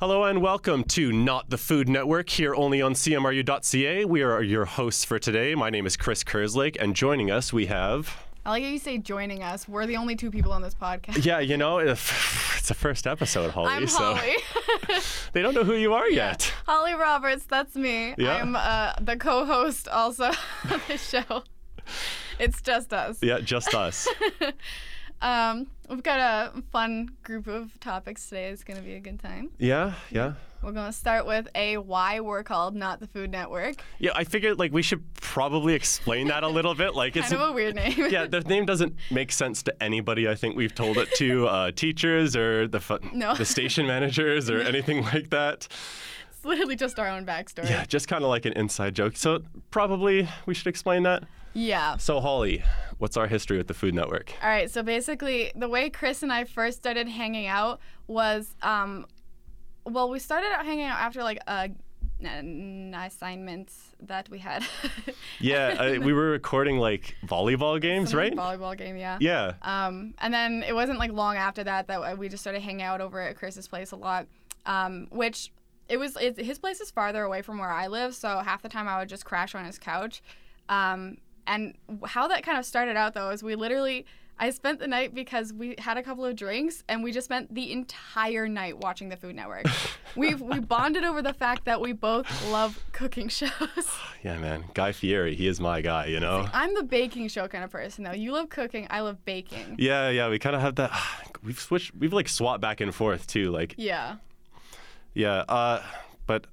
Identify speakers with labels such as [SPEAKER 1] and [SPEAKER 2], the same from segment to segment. [SPEAKER 1] Hello and welcome to Not the Food Network here only on CMRU.ca. We are your hosts for today. My name is Chris Kerslake, and joining us we have.
[SPEAKER 2] I like how you say joining us. We're the only two people on this podcast.
[SPEAKER 1] Yeah, you know, it's the first episode, Holly.
[SPEAKER 2] I'm
[SPEAKER 1] so
[SPEAKER 2] Holly.
[SPEAKER 1] they don't know who you are yet.
[SPEAKER 2] Holly Roberts, that's me.
[SPEAKER 1] Yeah.
[SPEAKER 2] I'm uh, the co host also of the show. It's just us.
[SPEAKER 1] Yeah, just us.
[SPEAKER 2] Um, we've got a fun group of topics today. It's going to be a good time.
[SPEAKER 1] yeah, yeah.
[SPEAKER 2] We're going to start with a why we're called Not the Food Network.
[SPEAKER 1] Yeah, I figured like we should probably explain that a little bit. Like it's
[SPEAKER 2] Kind of a weird name.
[SPEAKER 1] yeah, the name doesn't make sense to anybody. I think we've told it to uh, teachers or the fu-
[SPEAKER 2] No.
[SPEAKER 1] the station managers or anything like that.
[SPEAKER 2] It's literally just our own backstory.
[SPEAKER 1] Yeah, just kind of like an inside joke. So probably we should explain that.
[SPEAKER 2] yeah.
[SPEAKER 1] So Holly, what's our history with the Food Network?
[SPEAKER 2] All right, so basically, the way Chris and I first started hanging out was, um, well, we started out hanging out after like a, an assignment that we had.
[SPEAKER 1] Yeah, I, we were recording like volleyball games,
[SPEAKER 2] Some, like,
[SPEAKER 1] right?
[SPEAKER 2] Volleyball game, yeah.
[SPEAKER 1] Yeah,
[SPEAKER 2] Um, and then it wasn't like long after that that we just started hanging out over at Chris's place a lot, um, which it was it, his place is farther away from where I live, so half the time I would just crash on his couch. Um, and how that kind of started out though is we literally I spent the night because we had a couple of drinks and we just spent the entire night watching the Food Network. we we bonded over the fact that we both love cooking shows.
[SPEAKER 1] yeah, man. Guy Fieri, he is my guy, you know.
[SPEAKER 2] I'm the baking show kind of person though. You love cooking, I love baking.
[SPEAKER 1] Yeah, yeah. We kind of have that. We've switched. We've like swapped back and forth too. Like
[SPEAKER 2] Yeah.
[SPEAKER 1] Yeah, uh, but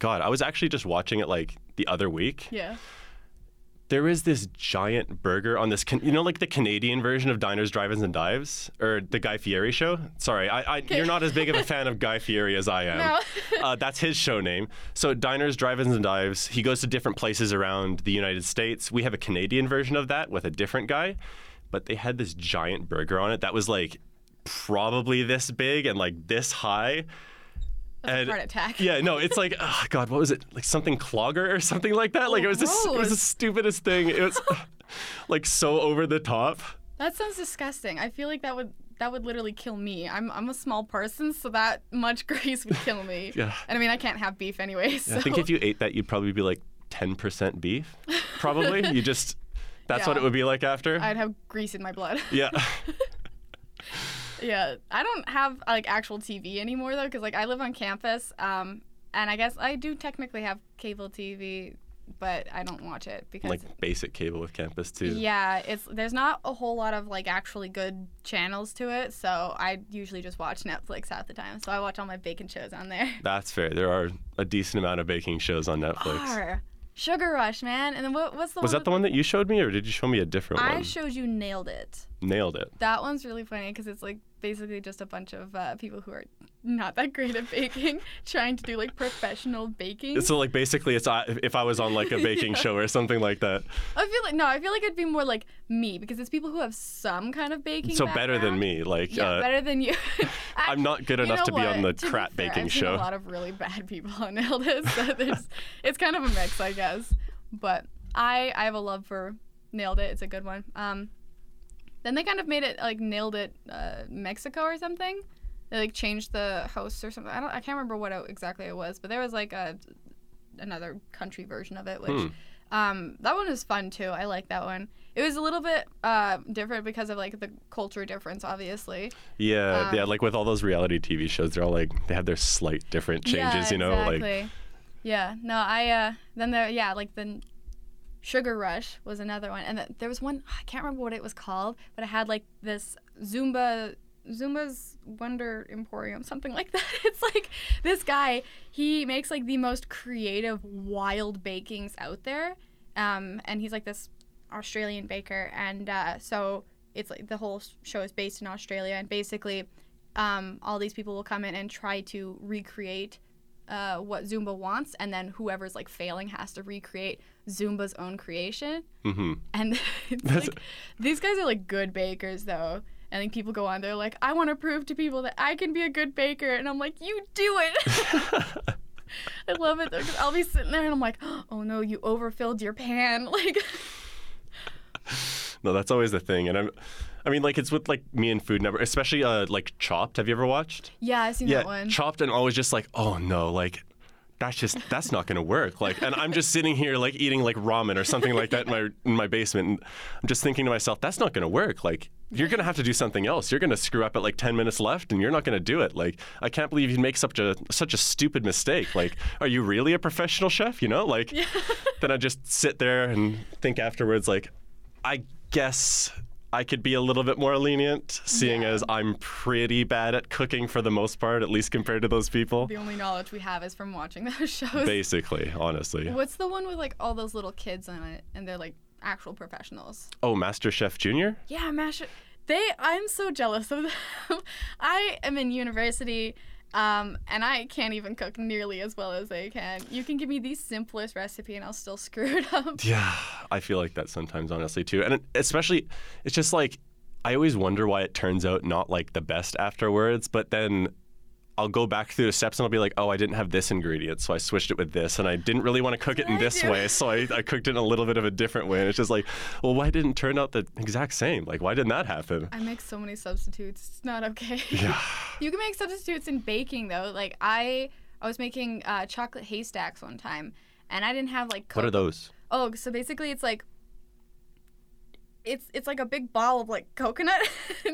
[SPEAKER 1] God, I was actually just watching it like the other week.
[SPEAKER 2] Yeah.
[SPEAKER 1] There is this giant burger on this, can- you know, like the Canadian version of Diners, Drive-ins, and Dives, or the Guy Fieri show. Sorry, I, I, you're not as big of a fan of Guy Fieri as I am.
[SPEAKER 2] No.
[SPEAKER 1] uh, that's his show name. So Diners, Drive-ins, and Dives. He goes to different places around the United States. We have a Canadian version of that with a different guy, but they had this giant burger on it that was like probably this big and like this high. And-
[SPEAKER 2] heart attack.
[SPEAKER 1] Yeah, no, it's like, oh God, what was it? Like something clogger or something like that. Like it was this, it was the
[SPEAKER 2] gross.
[SPEAKER 1] stupidest thing. It was like so over the top.
[SPEAKER 2] That sounds disgusting. I feel like that would that would literally kill me. I'm I'm a small person, so that much grease would kill me.
[SPEAKER 1] Yeah.
[SPEAKER 2] And I mean, I can't have beef anyway, so
[SPEAKER 1] I think if you ate that, you'd probably be like 10% beef. Probably. you just, that's what
[SPEAKER 2] Yeah.
[SPEAKER 1] it would be like after.
[SPEAKER 2] I'd have grease in my blood.
[SPEAKER 1] yeah.
[SPEAKER 2] yeah. I don't have like actual TV anymore though, because like I live on campus, um, and I guess I do technically have cable TV, but I don't watch it because.
[SPEAKER 1] like basic cable with campus too.
[SPEAKER 2] yeah, it's there's not a whole lot of like actually good channels to it, so I usually just watch Netflix half the time. So I watch all my bacon shows on there.
[SPEAKER 1] That's fair. There are a decent amount of baking shows on Netflix.
[SPEAKER 2] Are. Sugar Rush, man. And then what, what's the
[SPEAKER 1] Was
[SPEAKER 2] one?
[SPEAKER 1] that the one that you showed me, or did you show me a different
[SPEAKER 2] I
[SPEAKER 1] one?
[SPEAKER 2] showed you nailed it.
[SPEAKER 1] Nailed it.
[SPEAKER 2] That one's really funny because it's like basically just a bunch of uh, people who are not that great at baking trying to do like professional baking.
[SPEAKER 1] So, like, basically, it's I- if I was on like a baking show or something like that.
[SPEAKER 2] I feel like no, I feel like it'd be more like me because it's people who have some kind of baking.
[SPEAKER 1] So, better than
[SPEAKER 2] background.
[SPEAKER 1] me. Like,
[SPEAKER 2] Yeah,
[SPEAKER 1] uh,
[SPEAKER 2] better than you.
[SPEAKER 1] I'm not good
[SPEAKER 2] You
[SPEAKER 1] enough
[SPEAKER 2] know
[SPEAKER 1] to be on the
[SPEAKER 2] what? be
[SPEAKER 1] crap
[SPEAKER 2] fair,
[SPEAKER 1] baking
[SPEAKER 2] I've Seen
[SPEAKER 1] show.
[SPEAKER 2] a lot of really bad people on Nailed It, so there's, it's kind of a mix, I guess. But I I have a love for Nailed It. It's a good one. Um, then they kind of made it like Nailed It uh, Mexico or something. They like changed the host or something. I don't I can't remember what it, exactly it was, but there was like a another country version of it, which.
[SPEAKER 1] Hmm.
[SPEAKER 2] Um, that one was fun too. I like that one. It was a little bit uh, different because of like the culture difference, obviously.
[SPEAKER 1] Yeah,
[SPEAKER 2] Um,
[SPEAKER 1] yeah, like with all those reality TV shows, they're all like they have their slight different changes,
[SPEAKER 2] yeah,
[SPEAKER 1] you know, like
[SPEAKER 2] exactly. yeah no i uh then there yeah like then sugar rush was another one and th- there was one i can't remember what it was called but it had like this zumba zumba's wonder emporium something like that it's like this guy he makes like the most creative wild bakings out there um and he's like this australian baker and uh so it's like the whole show is based in australia and basically um, all these people will come in and try to recreate uh, what Zumba wants, and then whoever's like failing has to recreate Zumba's own creation.
[SPEAKER 1] hmm
[SPEAKER 2] And it's like, these guys are like good bakers though. And like people go on, they're like, I want to prove to people that I can be a good baker, and I'm like, you do it. I love it though, because I'll be sitting there and I'm like, oh no, you overfilled your pan, like.
[SPEAKER 1] No, that's always the thing, and I'm. I mean, like it's with like me and Food Network, especially uh, like Chopped. Have you ever watched?
[SPEAKER 2] Yeah, I've seen
[SPEAKER 1] yeah,
[SPEAKER 2] that one.
[SPEAKER 1] chopped and always just like, oh no, like that's just that's not gonna work. Like, and I'm just sitting here like eating like ramen or something like that in my in my basement, and I'm just thinking to myself, that's not gonna work. Like, you're gonna have to do something else. You're gonna screw up at like 10 minutes left, and you're not gonna do it. Like, I can't believe you make such a such a stupid mistake. Like, are you really a professional chef? You know, like. Then I just sit there and think afterwards, like, I guess I could be a little bit more lenient, seeing as I'm pretty bad at cooking for the most part, at least compared to those people.
[SPEAKER 2] the only knowledge we have is from watching those shows.
[SPEAKER 1] Basically, honestly.
[SPEAKER 2] What's the one with like all those little kids on it and they're like actual professionals?
[SPEAKER 1] Oh, Master Chef Junior?
[SPEAKER 2] Yeah, Mash. They, I'm so jealous of them. I am in university, um, and I can't even cook nearly as well as they can. You can give me the simplest recipe, and I'll still screw it up.
[SPEAKER 1] Yeah, I feel like that sometimes, honestly, too. And it- especially, it's just like, I always wonder why it turns out not like the best afterwards, but then. I'll go back through the steps and I'll be like, oh, I didn't have this ingredient, so I switched it with this, and I didn't really want to cook it in
[SPEAKER 2] what I
[SPEAKER 1] this
[SPEAKER 2] do.
[SPEAKER 1] way, so I, I cooked it in a little bit of a different way. And it's just like, well, why didn't it turn out the exact same? Like, why didn't that happen?
[SPEAKER 2] I make so many substitutes. It's not okay. you can make substitutes in baking though. Like I, I was making uh, chocolate haystacks one time, and I didn't have like.
[SPEAKER 1] What are
[SPEAKER 2] cocoa-
[SPEAKER 1] those?
[SPEAKER 2] Oh, so basically it's like it's it's like a big ball of like coconut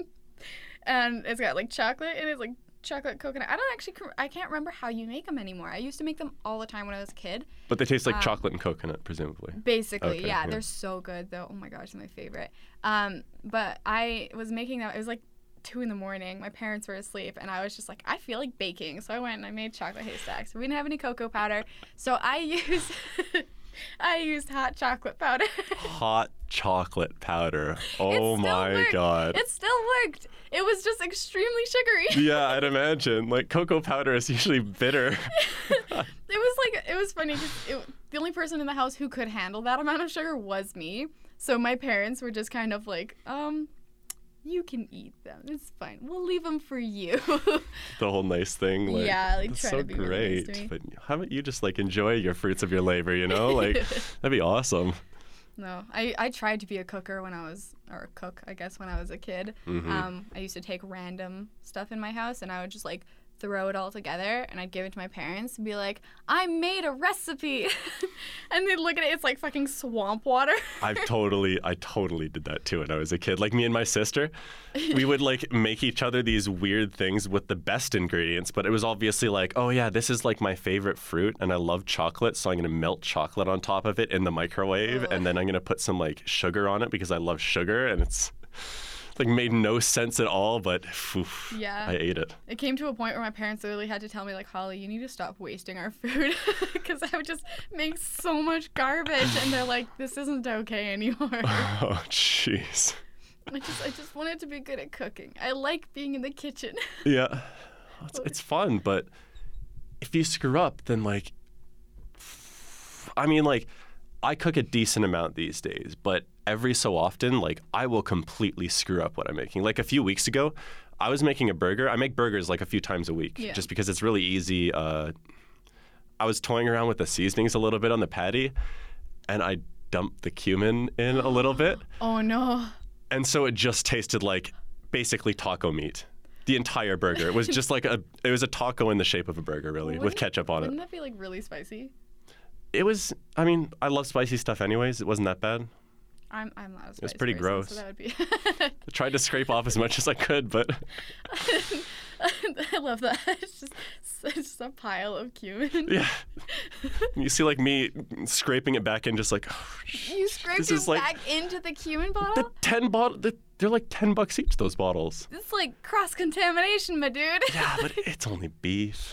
[SPEAKER 2] and it's got like chocolate and it's like chocolate coconut. I don't actually cor- I can't remember how you make them anymore. I used to make them all the time when I was a kid.
[SPEAKER 1] But they taste like
[SPEAKER 2] Um,
[SPEAKER 1] chocolate and coconut, presumably.
[SPEAKER 2] Basically,
[SPEAKER 1] Okay,
[SPEAKER 2] yeah,
[SPEAKER 1] yeah.
[SPEAKER 2] they're so good though. Oh my gosh, they're my favorite. Um, but I was making them. It was like two in the morning. My parents were asleep, and I was just like, I feel like baking, so I went and I made chocolate haystacks. We didn't have any cocoa powder, so I used I used hot chocolate powder.
[SPEAKER 1] Hot chocolate powder.
[SPEAKER 2] It
[SPEAKER 1] Oh
[SPEAKER 2] still
[SPEAKER 1] my
[SPEAKER 2] worked.
[SPEAKER 1] god.
[SPEAKER 2] It still worked. It was just extremely sugary.
[SPEAKER 1] yeah, I'd imagine. Like cocoa powder is usually bitter.
[SPEAKER 2] It was like it was funny because the only person in the house who could handle that amount of sugar was me. So my parents were just kind of like, um, you can eat them. It's fine. We'll leave them for you.
[SPEAKER 1] the whole nice thing. Like,
[SPEAKER 2] Yeah, like,
[SPEAKER 1] that's
[SPEAKER 2] try
[SPEAKER 1] so
[SPEAKER 2] to be really nice
[SPEAKER 1] great.
[SPEAKER 2] to me.
[SPEAKER 1] But how about you just like enjoy your fruits of your labor? You know, like that'd be awesome.
[SPEAKER 2] no, I, I tried to be a cooker when I was or a cook, I guess, when I was a kid. Um, I used to take random stuff in my house and I would just like throw it all together and I'd give it to my parents and be like, I made a recipe. and they'd look at it, it's like fucking swamp water.
[SPEAKER 1] I've totally, I totally did that too when I was a kid. Like me and my sister, we would like make each other these weird things with the best ingredients, but it was obviously like, oh yeah, this is like my favorite fruit and I love chocolate, so I'm gonna melt chocolate on top of it in the microwave and then I'm gonna put some like sugar on it because I love sugar and it's like made no sense at all, but oof,
[SPEAKER 2] Yeah.
[SPEAKER 1] I ate it.
[SPEAKER 2] It came to a point where my parents literally had to tell me, like, Holly, you need to stop wasting our food because I would just make so much garbage. And they're like, this isn't okay anymore.
[SPEAKER 1] Oh jeez.
[SPEAKER 2] I just, I just wanted to be good at cooking. I like being in the kitchen.
[SPEAKER 1] Yeah. It's, it's fun, but if you screw up, then like, I mean, like, I cook a decent amount these days, but every so often, like, I will completely screw up what I'm making. Like, a few weeks ago, I was making a burger. I make burgers like a few times a week
[SPEAKER 2] Yeah.
[SPEAKER 1] just because it's really easy. Uh, I was toying around with the seasonings a little bit on the patty, and I dumped the cumin in a little bit.
[SPEAKER 2] oh no.
[SPEAKER 1] And so it just tasted like basically taco meat. The entire burger. It was just like a it was a taco in the shape of a burger really with
[SPEAKER 2] Wouldn't-
[SPEAKER 1] ketchup on
[SPEAKER 2] Wouldn't
[SPEAKER 1] it.
[SPEAKER 2] that be like really spicy?
[SPEAKER 1] It was I mean, I love spicy stuff anyways. It wasn't that bad.
[SPEAKER 2] I'm, I'm not a spicy
[SPEAKER 1] was pretty
[SPEAKER 2] person,
[SPEAKER 1] gross.
[SPEAKER 2] So that would be.
[SPEAKER 1] I tried to scrape off as much as I could, but
[SPEAKER 2] I love that. It's just, it's just a pile of cumin.
[SPEAKER 1] yeah. You see like me scraping it back in just like oh,
[SPEAKER 2] You scraped
[SPEAKER 1] This
[SPEAKER 2] it
[SPEAKER 1] is like-
[SPEAKER 2] back into the cumin bottle?
[SPEAKER 1] the 10 bottle the, they're like 10 bucks each those bottles.
[SPEAKER 2] It's like cross contamination, my dude.
[SPEAKER 1] Yeah, but it's only beef.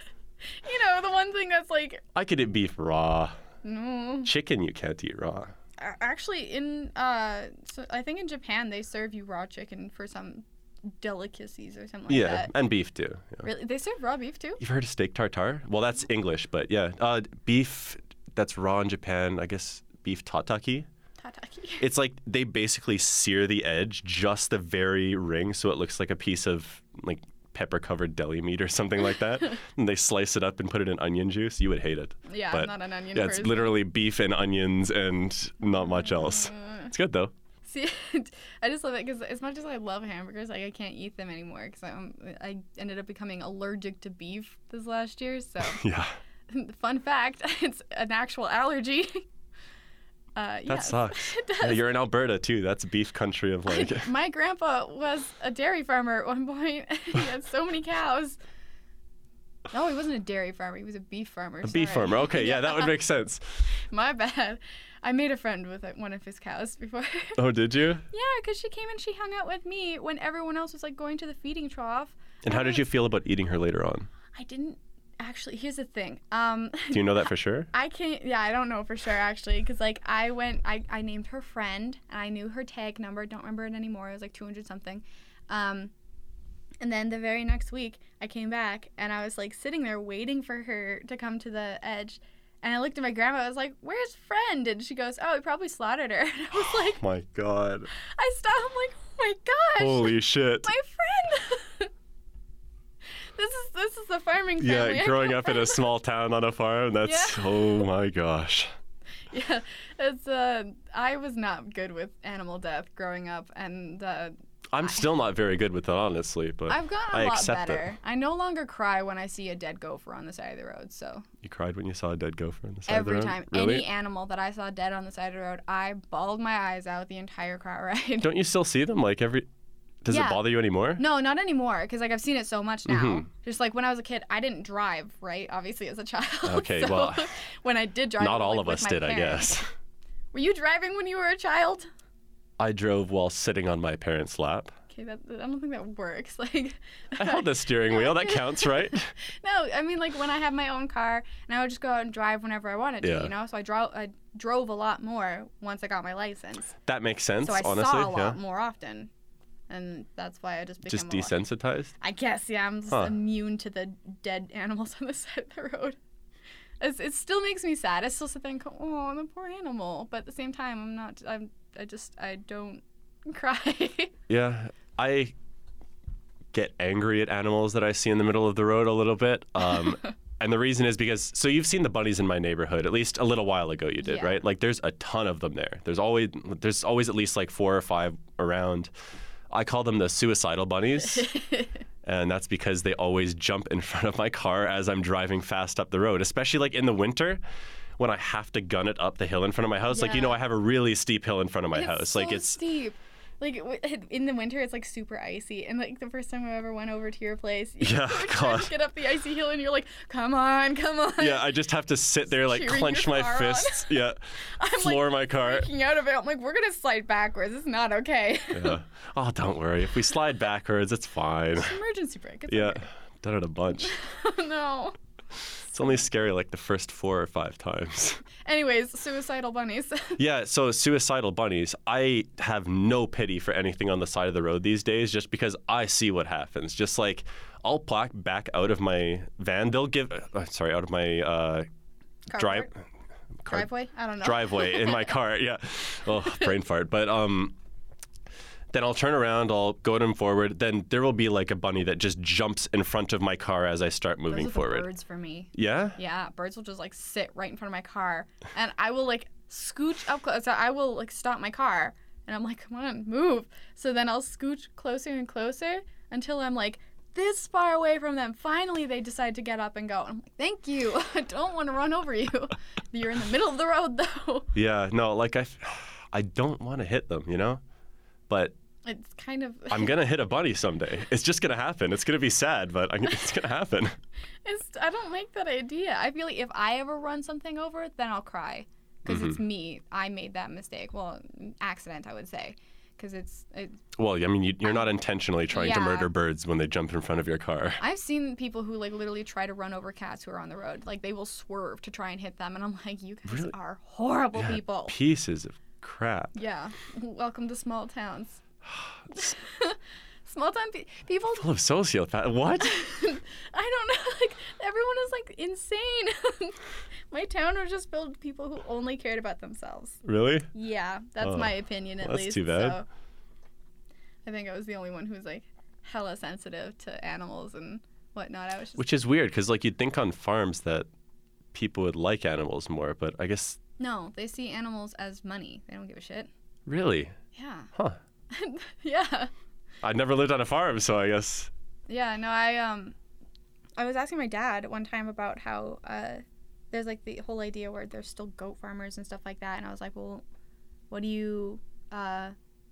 [SPEAKER 2] you know, the one thing that's like,
[SPEAKER 1] I could eat beef raw.
[SPEAKER 2] no.
[SPEAKER 1] Chicken you can't eat raw.
[SPEAKER 2] A- actually in uh so i think in japan they serve you raw chicken for some delicacies or something like
[SPEAKER 1] Yeah,
[SPEAKER 2] that
[SPEAKER 1] and beef too. Yeah.
[SPEAKER 2] really they serve raw beef too
[SPEAKER 1] You've heard of steak tartare? Well, that's English, but yeah, uh, beef that's raw in Japan. I guess beef tataki.
[SPEAKER 2] tataki
[SPEAKER 1] It's like they basically sear the edge, just the very ring, so it looks like a piece of like pepper-covered deli meat or something like that. and they slice it up and put it in onion juice. You would hate it.
[SPEAKER 2] yeah
[SPEAKER 1] but
[SPEAKER 2] i'm not an onion
[SPEAKER 1] yeah, it's
[SPEAKER 2] person Uh.
[SPEAKER 1] literally beef and onions and not much else. It's good though.
[SPEAKER 2] See, I just love it because as much as I love hamburgers, like I can't eat them anymore because I ended up becoming allergic to beef this last year. So,
[SPEAKER 1] Yeah.
[SPEAKER 2] fun fact, it's an actual allergy. Uh,
[SPEAKER 1] That
[SPEAKER 2] yeah.
[SPEAKER 1] sucks.
[SPEAKER 2] It does.
[SPEAKER 1] Yeah, you're in Alberta too. That's beef country of like.
[SPEAKER 2] My grandpa was a dairy farmer at one point. he had so many cows. No, he wasn't a dairy farmer. He was a beef farmer.
[SPEAKER 1] A beef farmer. Okay, yeah, that would make sense.
[SPEAKER 2] My bad. I made a friend with like, one of his cows before.
[SPEAKER 1] Oh, did you?
[SPEAKER 2] Yeah, because she came and she hung out with me when everyone else was like going to the feeding trough.
[SPEAKER 1] And how did you feel about eating her later on?
[SPEAKER 2] I didn't actually. Here's the thing. Um,
[SPEAKER 1] Do you know that for sure?
[SPEAKER 2] I can't. Yeah, I don't know for sure actually, because like I went, I, I named her friend, and I knew her tag number. Don't remember it anymore. It was like 200 something. Um, and then the very next week, I came back and I was like sitting there waiting for her to come to the edge. And I looked at my grandma. I was like, "Where's friend?" And she goes, "Oh, he probably slaughtered her." And I was like,
[SPEAKER 1] My God.
[SPEAKER 2] I stopped. I'm like, "Oh my gosh!"
[SPEAKER 1] Holy shit.
[SPEAKER 2] my friend. this is this is the farming family.
[SPEAKER 1] Yeah, growing up in a small town on a farm, that's
[SPEAKER 2] Yeah.
[SPEAKER 1] oh my gosh.
[SPEAKER 2] yeah, it's uh, I was not good with animal death growing up, and uh,
[SPEAKER 1] I'm still not very good with it, honestly, but
[SPEAKER 2] I've gotten a
[SPEAKER 1] I
[SPEAKER 2] lot
[SPEAKER 1] accept
[SPEAKER 2] better. I no longer cry when I see a dead gopher on the side of the road. So
[SPEAKER 1] it. You cried when you saw a dead gopher on the side
[SPEAKER 2] every
[SPEAKER 1] of the road?
[SPEAKER 2] time
[SPEAKER 1] Really?
[SPEAKER 2] any animal that I saw dead on the side of the road, I bawled my eyes out the entire car ride.
[SPEAKER 1] Don't you still see them? Like every. Does
[SPEAKER 2] Yeah.
[SPEAKER 1] it bother you anymore?
[SPEAKER 2] No, not anymore. Because like I've seen it so much now.
[SPEAKER 1] Mhm.
[SPEAKER 2] Just like when I was a kid, I didn't drive, right? Obviously, as a child.
[SPEAKER 1] Okay,
[SPEAKER 2] So,
[SPEAKER 1] well,
[SPEAKER 2] when I did drive,
[SPEAKER 1] Not
[SPEAKER 2] it was,
[SPEAKER 1] all
[SPEAKER 2] like,
[SPEAKER 1] of
[SPEAKER 2] with
[SPEAKER 1] us
[SPEAKER 2] my
[SPEAKER 1] did, I
[SPEAKER 2] parents.
[SPEAKER 1] guess.
[SPEAKER 2] Were you driving when you were a child?
[SPEAKER 1] I drove while sitting on my parents' lap.
[SPEAKER 2] Okay, that I don't think that works. Like,
[SPEAKER 1] I held the steering wheel. That counts, right?
[SPEAKER 2] no, I mean like when I had my own car and I would just go out and drive whenever I wanted to,
[SPEAKER 1] Yeah.
[SPEAKER 2] you know. So I drove, I drove a lot more once I got my license.
[SPEAKER 1] That makes sense,
[SPEAKER 2] So I
[SPEAKER 1] honestly.
[SPEAKER 2] saw a lot
[SPEAKER 1] yeah.
[SPEAKER 2] more often, and that's why I just became
[SPEAKER 1] Just
[SPEAKER 2] a lot-
[SPEAKER 1] desensitized.
[SPEAKER 2] I guess yeah, I'm just
[SPEAKER 1] Huh.
[SPEAKER 2] immune to the dead animals on the side of the road. It's, it still makes me sad. I still sit there and go, "Oh, the poor animal," but at the same time, I'm not. I'm. I just. I don't cry.
[SPEAKER 1] Yeah, I get angry at animals that I see in the middle of the road a little bit. Um, and the reason is because, so you've seen the bunnies in my neighborhood, at least a little while ago you did,
[SPEAKER 2] Yeah.
[SPEAKER 1] right? Like there's a ton of them there. There's always, there's always at least like four or five around. I call them the suicidal bunnies. and that's because they always jump in front of my car as I'm driving fast up the road, especially like in the winter. When I have to gun it up the hill in front of my house, like you
[SPEAKER 2] Yeah.
[SPEAKER 1] know, I have a really steep hill in front of my
[SPEAKER 2] It's
[SPEAKER 1] house. like
[SPEAKER 2] so
[SPEAKER 1] it's
[SPEAKER 2] steep. Like w- in the winter, it's like super icy, and like the first time I ever went over to your place, you
[SPEAKER 1] Yeah,
[SPEAKER 2] were trying
[SPEAKER 1] God.
[SPEAKER 2] to get up the icy hill, and you're like, "Come on, come on!"
[SPEAKER 1] Yeah, I just have to sit there, like
[SPEAKER 2] Cheering
[SPEAKER 1] clench
[SPEAKER 2] your
[SPEAKER 1] my
[SPEAKER 2] car on.
[SPEAKER 1] fists. Yeah, floor my car.
[SPEAKER 2] Freaking out of it, I'm like, "We're gonna slide backwards. It's not okay."
[SPEAKER 1] Yeah. Oh, don't worry. If we slide backwards, it's fine.
[SPEAKER 2] Emergency brake. It's
[SPEAKER 1] Yeah, done it a bunch.
[SPEAKER 2] okay. no.
[SPEAKER 1] It's only scary like the first four or five times.
[SPEAKER 2] Anyways, suicidal bunnies.
[SPEAKER 1] Yeah, so suicidal bunnies. I have no pity for anything on the side of the road these days just because I see what happens. Just like I'll plaque back out of my van. They'll give, uh, sorry, out of my uh, drive.
[SPEAKER 2] Carport?
[SPEAKER 1] car-
[SPEAKER 2] driveway. I don't know.
[SPEAKER 1] driveway in my car. Yeah. Oh, brain fart. But um, then I'll turn around, I'll go them forward. Then there will be like a bunny that just jumps in front of my car as I start
[SPEAKER 2] Those
[SPEAKER 1] moving
[SPEAKER 2] are the
[SPEAKER 1] forward.
[SPEAKER 2] birds for me.
[SPEAKER 1] Yeah?
[SPEAKER 2] Yeah, birds will just like sit right in front of my car, and I will like scooch up close. So I will like stop my car, and I'm like, "Come on, move!" So then I'll scooch closer and closer until I'm like this far away from them. Finally, they decide to get up and go. And I'm like, "Thank you. I don't want to run over you. You're in the middle of the road, though."
[SPEAKER 1] Yeah. No, like I, f- I don't want to hit them, you know? But
[SPEAKER 2] It's kind of
[SPEAKER 1] I'm going to hit a bunny someday. It's just going to happen. It's going to be sad, but I'm, it's going to happen.
[SPEAKER 2] It's, I don't like that idea. I feel like if I ever run something over, then I'll cry because it's me. I made that mistake. Well, accident, I would say, because it's. It,
[SPEAKER 1] Well, I mean, you, you're not intentionally trying to
[SPEAKER 2] Yeah.
[SPEAKER 1] murder birds when they jump in front of your car.
[SPEAKER 2] I've seen people who like literally try to run over cats who are on the road. Like they will swerve to try and hit them, and I'm like, you guys
[SPEAKER 1] Really?
[SPEAKER 2] are horrible
[SPEAKER 1] Yeah,
[SPEAKER 2] people.
[SPEAKER 1] Pieces of crap.
[SPEAKER 2] yeah. Welcome to small towns. small town pe- people.
[SPEAKER 1] Full of sociopath. What?
[SPEAKER 2] I don't know. Like everyone is like insane. My town was just filled with people who only cared about themselves.
[SPEAKER 1] really?
[SPEAKER 2] Yeah, that's
[SPEAKER 1] Oh,
[SPEAKER 2] my opinion at
[SPEAKER 1] well, that's
[SPEAKER 2] least.
[SPEAKER 1] too bad.
[SPEAKER 2] So I think I was the only one who was like hella sensitive to animals and whatnot. I was just
[SPEAKER 1] Which is weird because, like, you'd think on farms that people would like animals more, but I guess
[SPEAKER 2] no, they see animals as money. They don't give a shit.
[SPEAKER 1] Really?
[SPEAKER 2] Yeah.
[SPEAKER 1] Huh.
[SPEAKER 2] Yeah.
[SPEAKER 1] I never lived on a farm, so I guess.
[SPEAKER 2] Yeah, no, I um I was asking my dad one time about how uh there's like the whole idea where there's still goat farmers and stuff like that and I was like, "Well, what do you uh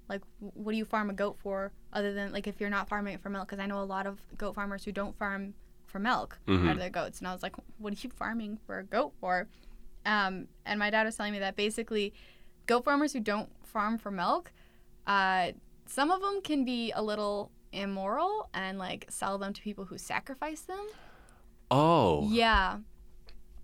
[SPEAKER 2] like wh- what do you farm a goat for other than like if you're not farming it for milk because I know a lot of goat farmers who don't farm for milk
[SPEAKER 1] Mhm.
[SPEAKER 2] out of their goats." And I was like, "What are you farming for a goat for?" Um and my dad was telling me that basically goat farmers who don't farm for milk uh, some of them can be a little immoral and like sell them to people who sacrifice them.
[SPEAKER 1] Oh.
[SPEAKER 2] Yeah.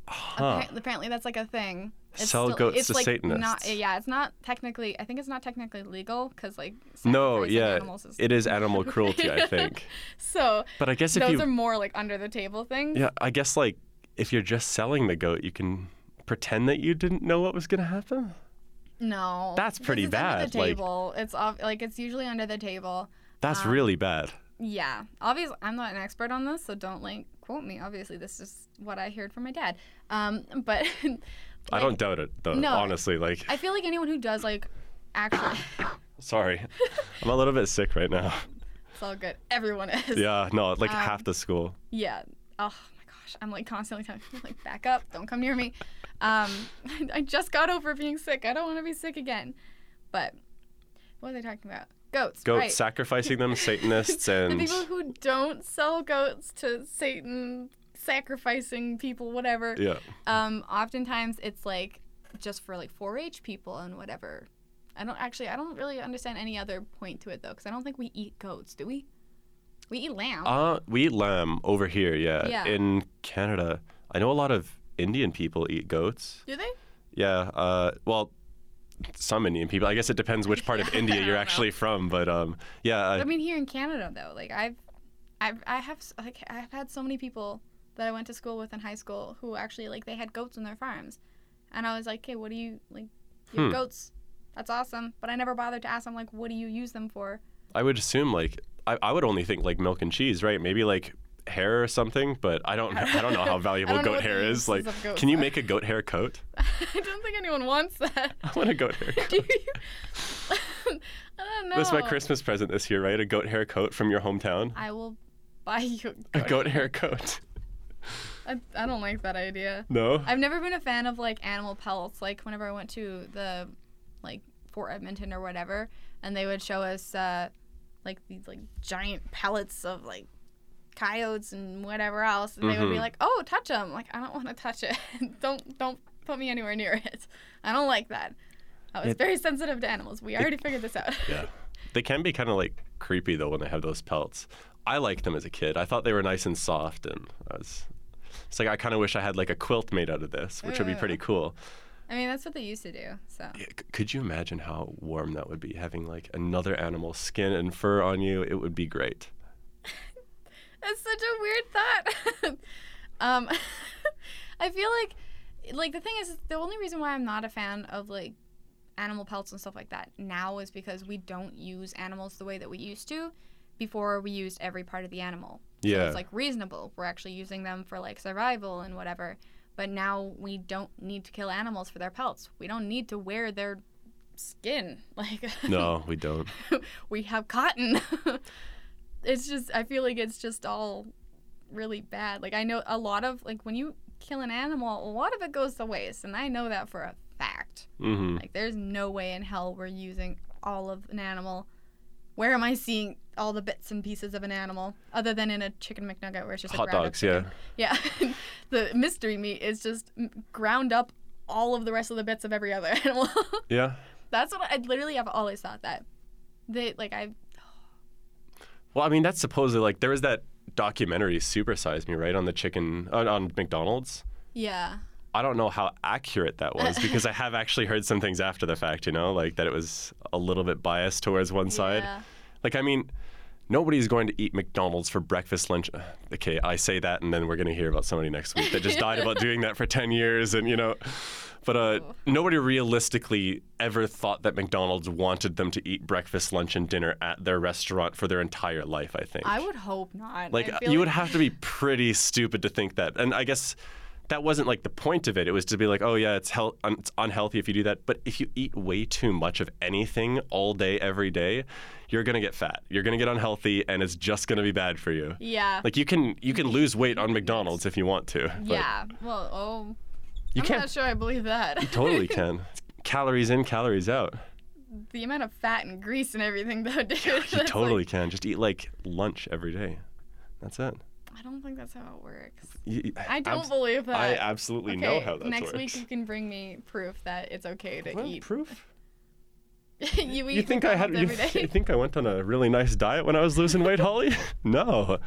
[SPEAKER 1] Huh.
[SPEAKER 2] Appar- apparently, that's like a thing.
[SPEAKER 1] Sell goats
[SPEAKER 2] it's
[SPEAKER 1] to
[SPEAKER 2] like Not,
[SPEAKER 1] Satanists.
[SPEAKER 2] yeah, it's not technically. I think it's not technically legal because like
[SPEAKER 1] No,
[SPEAKER 2] sacrificing
[SPEAKER 1] yeah.
[SPEAKER 2] animals is-
[SPEAKER 1] It is animal cruelty, I think.
[SPEAKER 2] so
[SPEAKER 1] But I guess if
[SPEAKER 2] those
[SPEAKER 1] you
[SPEAKER 2] are more like under the table things.
[SPEAKER 1] Yeah, I guess like if you're just selling the goat, you can pretend that you didn't know what was going to happen.
[SPEAKER 2] No,
[SPEAKER 1] That's
[SPEAKER 2] because
[SPEAKER 1] pretty
[SPEAKER 2] it's under
[SPEAKER 1] bad,
[SPEAKER 2] the
[SPEAKER 1] like-
[SPEAKER 2] table. it's off, like it's usually under the table.
[SPEAKER 1] That's
[SPEAKER 2] Ah.
[SPEAKER 1] really bad.
[SPEAKER 2] Yeah, obviously, I'm not an expert on this, so don't like quote me. Obviously, this is what I heard from my dad. Um, but
[SPEAKER 1] I don't doubt it though,
[SPEAKER 2] No.
[SPEAKER 1] honestly, like
[SPEAKER 2] I feel like anyone who does like actually,
[SPEAKER 1] sorry. I'm a little bit sick right now.
[SPEAKER 2] it's all good. Everyone is.
[SPEAKER 1] Yeah, no, like
[SPEAKER 2] Um,
[SPEAKER 1] half the school.
[SPEAKER 2] Yeah. Oh my gosh, I'm like constantly telling people like back up, don't come near me. Um, I just got over being sick. I don't want to be sick again. But what was I talking about? Goats.
[SPEAKER 1] Goats
[SPEAKER 2] right.
[SPEAKER 1] sacrificing them satanists
[SPEAKER 2] the
[SPEAKER 1] and
[SPEAKER 2] people who don't sell goats to Satan, sacrificing people, whatever.
[SPEAKER 1] yeah.
[SPEAKER 2] Um, oftentimes it's like just for like 4-H people and whatever. I don't actually. I don't really understand any other point to it though, because I don't think we eat goats, do we? We eat lamb.
[SPEAKER 1] Uh we eat lamb over here, yeah.
[SPEAKER 2] Yeah.
[SPEAKER 1] In Canada, I know a lot of Indian people eat goats.
[SPEAKER 2] do they?
[SPEAKER 1] Yeah, uh well some Indian people. I guess it depends which part of
[SPEAKER 2] Yeah, I
[SPEAKER 1] India
[SPEAKER 2] don't
[SPEAKER 1] you're
[SPEAKER 2] know.
[SPEAKER 1] actually from, but um yeah,
[SPEAKER 2] I
[SPEAKER 1] uh,
[SPEAKER 2] mean, here in Canada though, like I've, I've, I have s- like I've had so many people that I went to school with in high school who actually like they had goats on their farms, and I was like, hey, what do you like? You have
[SPEAKER 1] Hmm.
[SPEAKER 2] goats. That's awesome. But I never bothered to ask them like, what do you use them for?
[SPEAKER 1] I would assume like I, I would only think like milk and cheese, right? Maybe like hair or something, but I don't I don't know how valuable
[SPEAKER 2] don't know
[SPEAKER 1] goat
[SPEAKER 2] what the
[SPEAKER 1] hair is.
[SPEAKER 2] uses
[SPEAKER 1] Like
[SPEAKER 2] of goats
[SPEAKER 1] can you
[SPEAKER 2] are.
[SPEAKER 1] make a goat hair coat?
[SPEAKER 2] I don't think anyone wants that.
[SPEAKER 1] I want a goat hair coat.
[SPEAKER 2] Do you? I don't know.
[SPEAKER 1] That's my Christmas present this year, right? A goat hair coat from your hometown.
[SPEAKER 2] I will buy you.
[SPEAKER 1] A goat hair coat.
[SPEAKER 2] I, I don't like that idea.
[SPEAKER 1] No?
[SPEAKER 2] I've never been a fan of like animal pelts. Like whenever I went to the like Fort Edmonton or whatever, and they would show us uh, like these like giant pellets of like coyotes and whatever else, and they would be
[SPEAKER 1] Mhm.
[SPEAKER 2] like, "Oh, touch them!" Like I don't want to touch it. don't don't put me anywhere near it. I don't like that. I was
[SPEAKER 1] It-
[SPEAKER 2] very sensitive to animals. We already figured this out.
[SPEAKER 1] yeah. They can be kind of like creepy though when they have those pelts. I liked them as a kid. I thought they were nice and soft and I was it's like I kind of wish I had like a quilt made out of this, which would be
[SPEAKER 2] Mm.
[SPEAKER 1] pretty cool.
[SPEAKER 2] I mean, that's what they used to do. So
[SPEAKER 1] Yeah, c- could you imagine how warm that would be having like another animal's skin and fur on you? It would be great.
[SPEAKER 2] That's such a weird thought. um, I feel like, like the thing is, the only reason why I'm not a fan of like animal pelts and stuff like that now is because we don't use animals the way that we used to. Before we used every part of the animal, so
[SPEAKER 1] Yeah.
[SPEAKER 2] it's like reasonable. We're actually using them for like survival and whatever. But now we don't need to kill animals for their pelts. We don't need to wear their skin. Like
[SPEAKER 1] no, we don't.
[SPEAKER 2] we have cotton. it's just I feel like it's just all really bad. Like I know a lot of like when you kill an animal, a lot of it goes to waste, and I know that for a fact.
[SPEAKER 1] hmm
[SPEAKER 2] Like there's no way in hell we're using all of an animal. Where am I seeing all the bits and pieces of an animal other than in a chicken McNugget where it's just a
[SPEAKER 1] Hot
[SPEAKER 2] ground up
[SPEAKER 1] dogs, yeah.
[SPEAKER 2] chicken? Yeah. the mystery meat is just mm, ground up all of the rest of the bits of every other animal.
[SPEAKER 1] Yeah.
[SPEAKER 2] That's what I literally have always thought that. They like I
[SPEAKER 1] Well, I mean, that's supposedly like there was that documentary Super Size Me, right? On the chicken, on, on McDonald's.
[SPEAKER 2] yeah.
[SPEAKER 1] I don't know how accurate that was because I have actually heard some things after the fact, you know, like that it was a little bit biased towards one side.
[SPEAKER 2] Yeah.
[SPEAKER 1] Like, I mean, nobody's going to eat McDonald's for breakfast, lunch. uh, Okay, I say that, and then we're going to hear about somebody next week that just died about doing that for 10 years, and you know. But uh, nobody realistically ever thought that McDonald's wanted them to eat breakfast, lunch, and dinner at their restaurant for their entire life, I think.
[SPEAKER 2] I would hope not.
[SPEAKER 1] Like
[SPEAKER 2] I
[SPEAKER 1] you
[SPEAKER 2] feel
[SPEAKER 1] would have to be pretty stupid to think that. And I guess that wasn't like the point of it. It was to be like, oh yeah, it's health, un- it's unhealthy if you do that. But if you eat way too much of anything all day every day, you're gonna get fat. You're gonna get unhealthy, and it's just gonna be bad for you.
[SPEAKER 2] Yeah.
[SPEAKER 1] Like you can you can lose weight on McDonald's if you want to. but
[SPEAKER 2] yeah. Well, oh,
[SPEAKER 1] you
[SPEAKER 2] I'm
[SPEAKER 1] can't.
[SPEAKER 2] not sure I believe that.
[SPEAKER 1] You totally can. Calories in, calories out.
[SPEAKER 2] the amount of fat and grease and everything, though, dude. that's,
[SPEAKER 1] You
[SPEAKER 2] like,
[SPEAKER 1] totally can. Just eat like lunch every day. That's it.
[SPEAKER 2] I don't think that's how it works.
[SPEAKER 1] You- you-
[SPEAKER 2] I don't
[SPEAKER 1] abs-
[SPEAKER 2] believe that.
[SPEAKER 1] I absolutely know
[SPEAKER 2] Okay,
[SPEAKER 1] how that
[SPEAKER 2] next
[SPEAKER 1] works.
[SPEAKER 2] week you can bring me proof that it's okay to
[SPEAKER 1] Well,
[SPEAKER 2] eat.
[SPEAKER 1] proof?
[SPEAKER 2] you eat
[SPEAKER 1] You think I had? You,
[SPEAKER 2] McDonald's
[SPEAKER 1] th-
[SPEAKER 2] every
[SPEAKER 1] you
[SPEAKER 2] day.
[SPEAKER 1] think I went on a really nice diet when I was losing weight, Holly? no,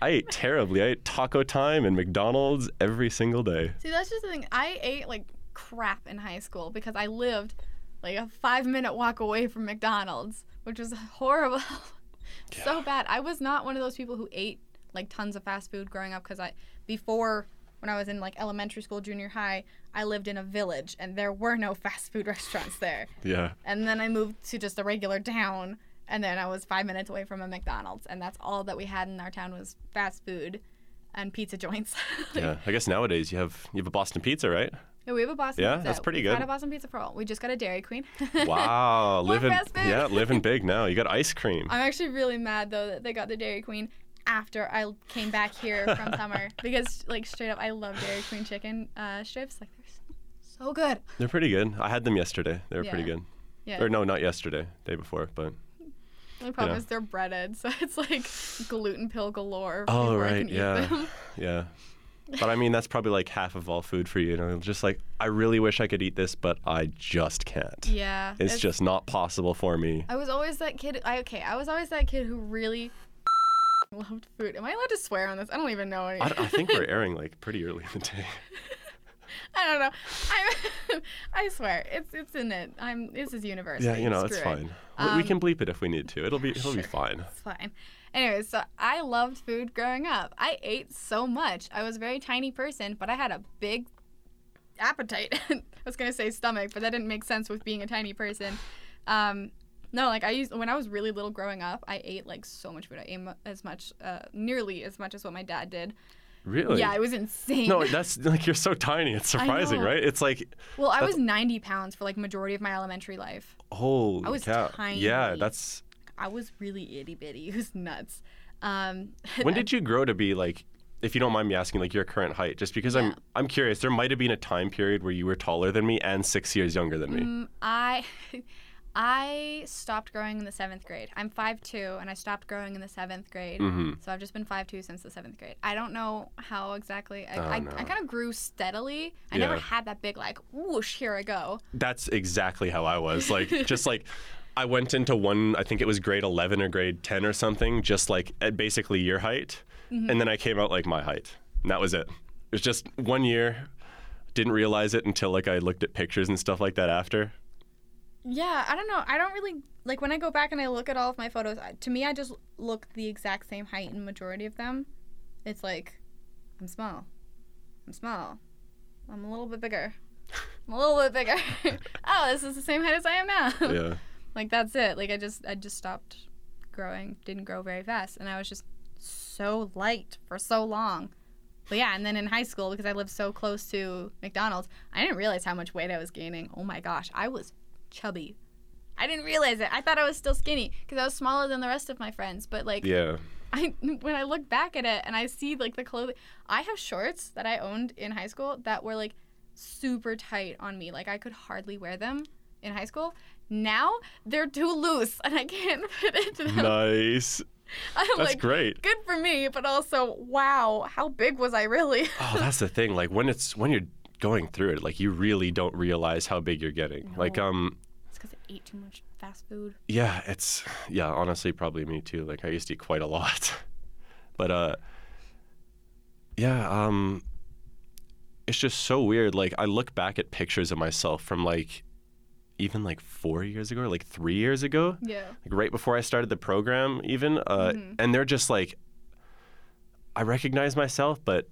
[SPEAKER 1] I ate terribly. I ate Taco Time and McDonald's every single day.
[SPEAKER 2] See, that's just the thing. I ate like crap in high school because I lived like a five minute walk away from McDonald's, which was horrible. so bad. I was not one of those people who ate like tons of fast food growing up because I, before when I was in like elementary school, junior high, I lived in a village and there were no fast food restaurants there.
[SPEAKER 1] Yeah,
[SPEAKER 2] And then I moved to just a regular town, and then I was five minutes away from a McDonald's, and that's all that we had in our town was fast food and pizza joints.
[SPEAKER 1] yeah. I guess nowadays you have you have a Boston pizza, right?
[SPEAKER 2] Yeah, we have a Boston
[SPEAKER 1] Yeah,
[SPEAKER 2] pizza.
[SPEAKER 1] that's pretty
[SPEAKER 2] We've had
[SPEAKER 1] good.
[SPEAKER 2] a Boston pizza for all. We just got a Dairy Queen.
[SPEAKER 1] Wow,
[SPEAKER 2] More
[SPEAKER 1] living
[SPEAKER 2] fast food.
[SPEAKER 1] yeah, living big now. You got ice cream.
[SPEAKER 2] I'm actually really mad though that they got the Dairy Queen after I came back here from summer because like straight up I love Dairy Queen chicken uh, strips. Like they're so- so good.
[SPEAKER 1] They're pretty good. I had them yesterday. They were pretty
[SPEAKER 2] Yeah.
[SPEAKER 1] good.
[SPEAKER 2] Yeah.
[SPEAKER 1] Or no, not yesterday, day before, but
[SPEAKER 2] The problem
[SPEAKER 1] know.
[SPEAKER 2] is they're breaded, so it's like gluten pill galore.
[SPEAKER 1] Oh
[SPEAKER 2] before I
[SPEAKER 1] right,
[SPEAKER 2] can eat
[SPEAKER 1] yeah,
[SPEAKER 2] them.
[SPEAKER 1] yeah. But I mean, that's probably like half of all food for you. You know, just like I really wish I could eat this, but I just can't.
[SPEAKER 2] Yeah.
[SPEAKER 1] It's, just not possible for me.
[SPEAKER 2] I was always that kid. I, okay, I was always that kid who really loved food. Am I allowed to swear on this? I don't even know anymore.
[SPEAKER 1] I, d- I think we're airing like pretty early in the day.
[SPEAKER 2] I don't know. I'm, I swear, it's it's in it. I'm. This is university.
[SPEAKER 1] Yeah, you know, it's
[SPEAKER 2] Screw it.
[SPEAKER 1] fine. We- we can bleep it if we need to. It'll be it'll be
[SPEAKER 2] Um, sure.
[SPEAKER 1] fine.
[SPEAKER 2] It's fine. Anyways, so I loved food growing up. I ate so much. I was a very tiny person, but I had a big appetite. I was gonna say stomach, but that didn't make sense with being a tiny person. Um, no, like I used when I was really little growing up, I ate like so much food. I ate mu- as much, uh, nearly as much as what my dad did.
[SPEAKER 1] Really?
[SPEAKER 2] yeah, it was insane.
[SPEAKER 1] Oh, No, that's like you're so tiny. It's surprising,
[SPEAKER 2] know.
[SPEAKER 1] right? It's like,
[SPEAKER 2] well, I
[SPEAKER 1] that's-
[SPEAKER 2] was 90 pounds for like majority of my elementary life.
[SPEAKER 1] holy
[SPEAKER 2] I was
[SPEAKER 1] cow. Yeah,
[SPEAKER 2] tiny.
[SPEAKER 1] that's.
[SPEAKER 2] I was really itty bitty. It was nuts. Um,
[SPEAKER 1] When did you grow to be like, if you don't mind me asking, like your current height? Just because I'm
[SPEAKER 2] Yeah.
[SPEAKER 1] I'm curious. There might have been a time period where you were taller than me and six years younger than me.
[SPEAKER 2] Mm, I I stopped growing in the seventh grade. I'm 5'2", and I stopped growing in the seventh grade.
[SPEAKER 1] Mhm.
[SPEAKER 2] So I've just been 5'2" since the seventh grade. I don't know how exactly. I,
[SPEAKER 1] Oh,
[SPEAKER 2] I,
[SPEAKER 1] no.
[SPEAKER 2] I kind of grew steadily. I never
[SPEAKER 1] Yeah.
[SPEAKER 2] had that big, like, whoosh, here I go.
[SPEAKER 1] That's exactly how I was. Like, just like I went into one, I think it was grade 11 or grade 10 or something, just like at basically your height.
[SPEAKER 2] Mm-hmm.
[SPEAKER 1] And then I came out like my height. And that was it. It was just one year. Didn't realize it until like I looked at pictures and stuff like that after.
[SPEAKER 2] Yeah, I don't know. I don't really, like, when I go back and I look at all of my photos, I- to me, I just look the exact same height in majority of them. It's like, I'm small. I'm small. I'm a little bit bigger. I'm a little bit bigger. oh, this is the same height as I am now.
[SPEAKER 1] Yeah.
[SPEAKER 2] like that's it like i just i just stopped growing didn't grow very fast and i was just so light for so long but yeah and then in high school because i lived so close to mcdonald's i didn't realize how much weight i was gaining oh my gosh i was chubby i didn't realize it i thought i was still skinny because i was smaller than the rest of my friends but like
[SPEAKER 1] Yeah.
[SPEAKER 2] I when I look back at it and I see like the clothing, I have shorts that I owned in high school that were like super tight on me. Like I could hardly wear them in high school. Now they're too loose and I can't fit into them.
[SPEAKER 1] Nice.
[SPEAKER 2] I'm
[SPEAKER 1] That's
[SPEAKER 2] like,
[SPEAKER 1] great.
[SPEAKER 2] good for me, but also, wow, how big was I really?
[SPEAKER 1] Oh, that's the thing. Like when it's when you're going through it, like you really don't realize how big you're getting. Like
[SPEAKER 2] No.
[SPEAKER 1] um
[SPEAKER 2] it's because I ate too much fast food.
[SPEAKER 1] yeah, it's yeah, honestly probably me too. Like I used to eat quite a lot. but uh yeah, um it's just so weird. Like I look back at pictures of myself from like even like 4 years ago, or, like 3 years ago,
[SPEAKER 2] Yeah.
[SPEAKER 1] like right before I started the program even, uh and they're just like I recognize myself, but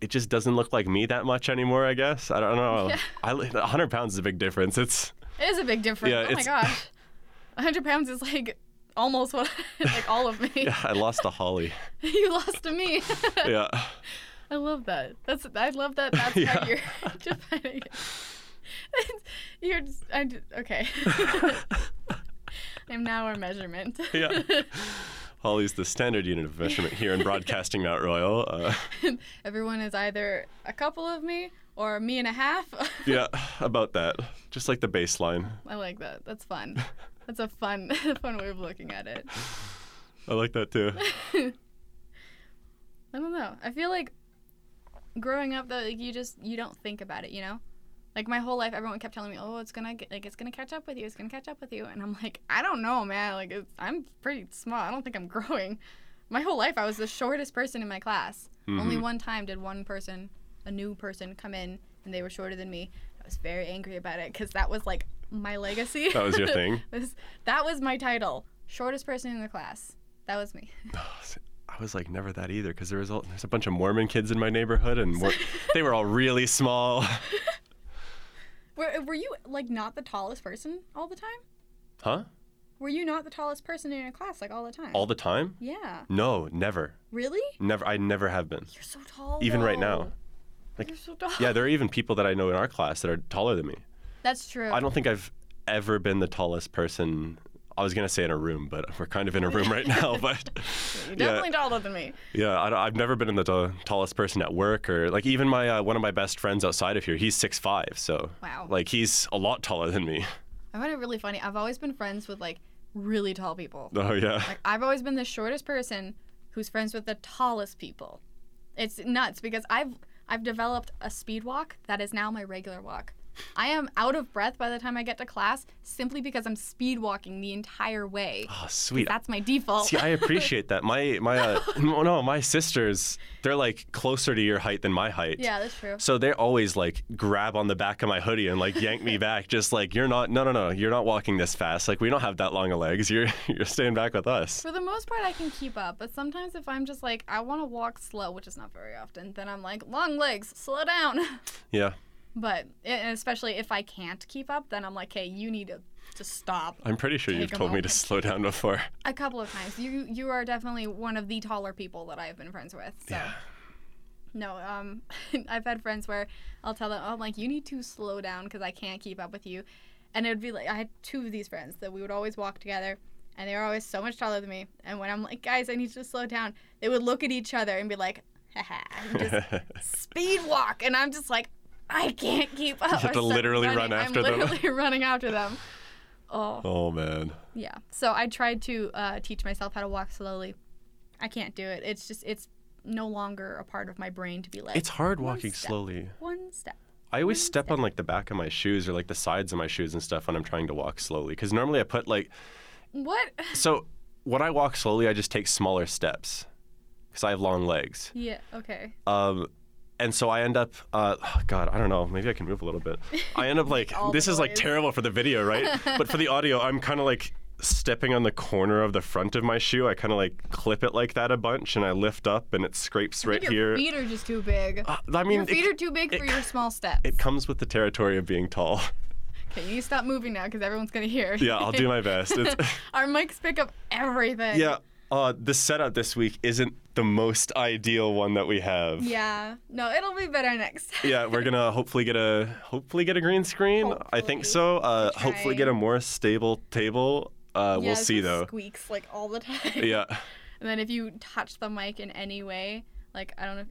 [SPEAKER 1] it just doesn't look like me that much anymore, I guess. I don't know.
[SPEAKER 2] Yeah.
[SPEAKER 1] I li- 100 pounds is a big difference. It's
[SPEAKER 2] It is a big difference.
[SPEAKER 1] Yeah,
[SPEAKER 2] oh my
[SPEAKER 1] it's-
[SPEAKER 2] gosh. 100 pounds is like almost what, like all of me.
[SPEAKER 1] I lost a holly.
[SPEAKER 2] you lost to me.
[SPEAKER 1] yeah.
[SPEAKER 2] I love that. That's I love that. That's how
[SPEAKER 1] Yeah.
[SPEAKER 2] you're defining it. you're just, I d- okay. I'm now our measurement.
[SPEAKER 1] Yeah. Holly's the standard unit of measurement here in broadcasting Mount Royal. Uh,
[SPEAKER 2] Everyone is either a couple of me or me and a half.
[SPEAKER 1] yeah, about that. Just like the baseline.
[SPEAKER 2] I like that. That's fun. That's a fun, fun way of looking at it.
[SPEAKER 1] I like that too.
[SPEAKER 2] I don't know. I feel like growing up though, like you just you don't think about it, you know. Like my whole life, everyone kept telling me, "Oh, it's gonna get, like it's gonna catch up with you. It's gonna catch up with you," and I'm like, I don't know, man. Like it's, I'm pretty small. I don't think I'm growing. My whole life, I was the shortest person in my class. Only
[SPEAKER 1] Mm-hmm.
[SPEAKER 2] one time did one person, a new person, come in and they were shorter than me. I was very angry about it because that was like my legacy.
[SPEAKER 1] That was your thing.
[SPEAKER 2] was, that was my title, shortest person in the class. That was me.
[SPEAKER 1] I was like never that either because there was all, there's a bunch of Mormon kids in my neighborhood and Mor- they were all really small.
[SPEAKER 2] Were, uh, were you like not the tallest person all the time?
[SPEAKER 1] Huh?
[SPEAKER 2] Were you not the tallest person in your class like all the time?
[SPEAKER 1] All the time?
[SPEAKER 2] yeah.
[SPEAKER 1] No, never.
[SPEAKER 2] Really?
[SPEAKER 1] Never. I never have been.
[SPEAKER 2] You're so tall.
[SPEAKER 1] Even right
[SPEAKER 2] though.
[SPEAKER 1] now. Like-
[SPEAKER 2] You're so tall.
[SPEAKER 1] Yeah, there are even people that I know in our class that are taller than me.
[SPEAKER 2] That's true.
[SPEAKER 1] I don't think I've ever been the tallest person. I was gonna say in a room, but we're kind of in a room right now. But
[SPEAKER 2] You're
[SPEAKER 1] yeah.
[SPEAKER 2] definitely taller than me.
[SPEAKER 1] Yeah, I, have never been in the t- tallest person at work, or like even my uh, one of my best friends outside of here. He's six five, so
[SPEAKER 2] Wow.
[SPEAKER 1] like he's a lot taller than me.
[SPEAKER 2] I find it really funny. I've always been friends with like really tall people.
[SPEAKER 1] Oh yeah,
[SPEAKER 2] Like I've always been the shortest person who's friends with the tallest people. It's nuts because I've I've developed a speed walk that is now my regular walk. I am out of breath by the time I get to class simply because I'm speed walking the entire way.
[SPEAKER 1] oh sweet.
[SPEAKER 2] That's my default.
[SPEAKER 1] See, I appreciate that. My my uh, no, no, my sisters, they're like closer to your height than my height.
[SPEAKER 2] yeah, that's true.
[SPEAKER 1] So they always like grab on the back of my hoodie and like yank me back, just like you're not. No, no, no, you're not walking this fast. Like we don't have that long of legs. You're you're staying back with us.
[SPEAKER 2] For the most part, I can keep up, but sometimes if I'm just like, I want to walk slow, which is not very often, then I'm like, long legs, slow down.
[SPEAKER 1] Yeah,
[SPEAKER 2] but eh, and especially if I can't keep up, then I'm like, hey, you need to, to stop.
[SPEAKER 1] I'm pretty sure
[SPEAKER 2] Take
[SPEAKER 1] you've
[SPEAKER 2] a
[SPEAKER 1] told me to
[SPEAKER 2] moment.
[SPEAKER 1] slow down before.
[SPEAKER 2] A couple of times, you you are definitely one of the taller people that I have been friends with. So. No, um, I've had friends where I'll tell them, oh, I'm like, you need to slow down because I can't keep up with you. And it would be like, I had two of these friends that we would always walk together, and they were always so much taller than me. And when I'm like, guys, I need you to slow down, they would look at each other and be like, haha, and just speed walk. And I'm just like, I can't keep up. You
[SPEAKER 1] have to literally run after them.
[SPEAKER 2] I'm literally running after them. Oh,
[SPEAKER 1] oh man.
[SPEAKER 2] yeah. So I tried to uh, teach myself how to walk slowly. I can't do it. It's just, it's no longer a part of my brain to be like,
[SPEAKER 1] It's hard
[SPEAKER 2] one
[SPEAKER 1] walking
[SPEAKER 2] step.
[SPEAKER 1] slowly.
[SPEAKER 2] one step.
[SPEAKER 1] I always step on like the back of my shoes or like the sides of my shoes and stuff when I'm trying to walk slowly. Because normally I put like
[SPEAKER 2] What?
[SPEAKER 1] so when I walk slowly, I just take smaller steps because I have long legs.
[SPEAKER 2] Yeah. Okay.
[SPEAKER 1] Um, and so I end up, uh, oh, God, I don't know. Maybe I can move a little bit. I end up like
[SPEAKER 2] all the
[SPEAKER 1] this is like
[SPEAKER 2] noise.
[SPEAKER 1] terrible for the video, right? but for the audio, I'm kind of like stepping on the corner of the front of my shoe. I kind of like clip it like that a bunch, and I lift up, and it scrapes right
[SPEAKER 2] Your
[SPEAKER 1] here.
[SPEAKER 2] feet are just too big.
[SPEAKER 1] Uh, I mean,
[SPEAKER 2] your feet
[SPEAKER 1] it,
[SPEAKER 2] are too big for your small steps.
[SPEAKER 1] it comes with the territory of being tall.
[SPEAKER 2] okay, you stop moving now because everyone's gonna hear.
[SPEAKER 1] yeah, I'll do my best. It's,
[SPEAKER 2] Our mics pick up everything.
[SPEAKER 1] Yeah. Uh, the setup this week isn't the most ideal one that we have.
[SPEAKER 2] Yeah. No, it'll be better next. time.
[SPEAKER 1] Yeah, we're gonna hopefully get a hopefully get a green screen. I think so. Uh,
[SPEAKER 2] We're
[SPEAKER 1] hopefully
[SPEAKER 2] trying.
[SPEAKER 1] get a more stable table. Uh,
[SPEAKER 2] Yeah,
[SPEAKER 1] we'll
[SPEAKER 2] this
[SPEAKER 1] see
[SPEAKER 2] one
[SPEAKER 1] though.
[SPEAKER 2] Squeaks like all the time.
[SPEAKER 1] Yeah.
[SPEAKER 2] And then if you touch the mic in any way, like I don't know. If,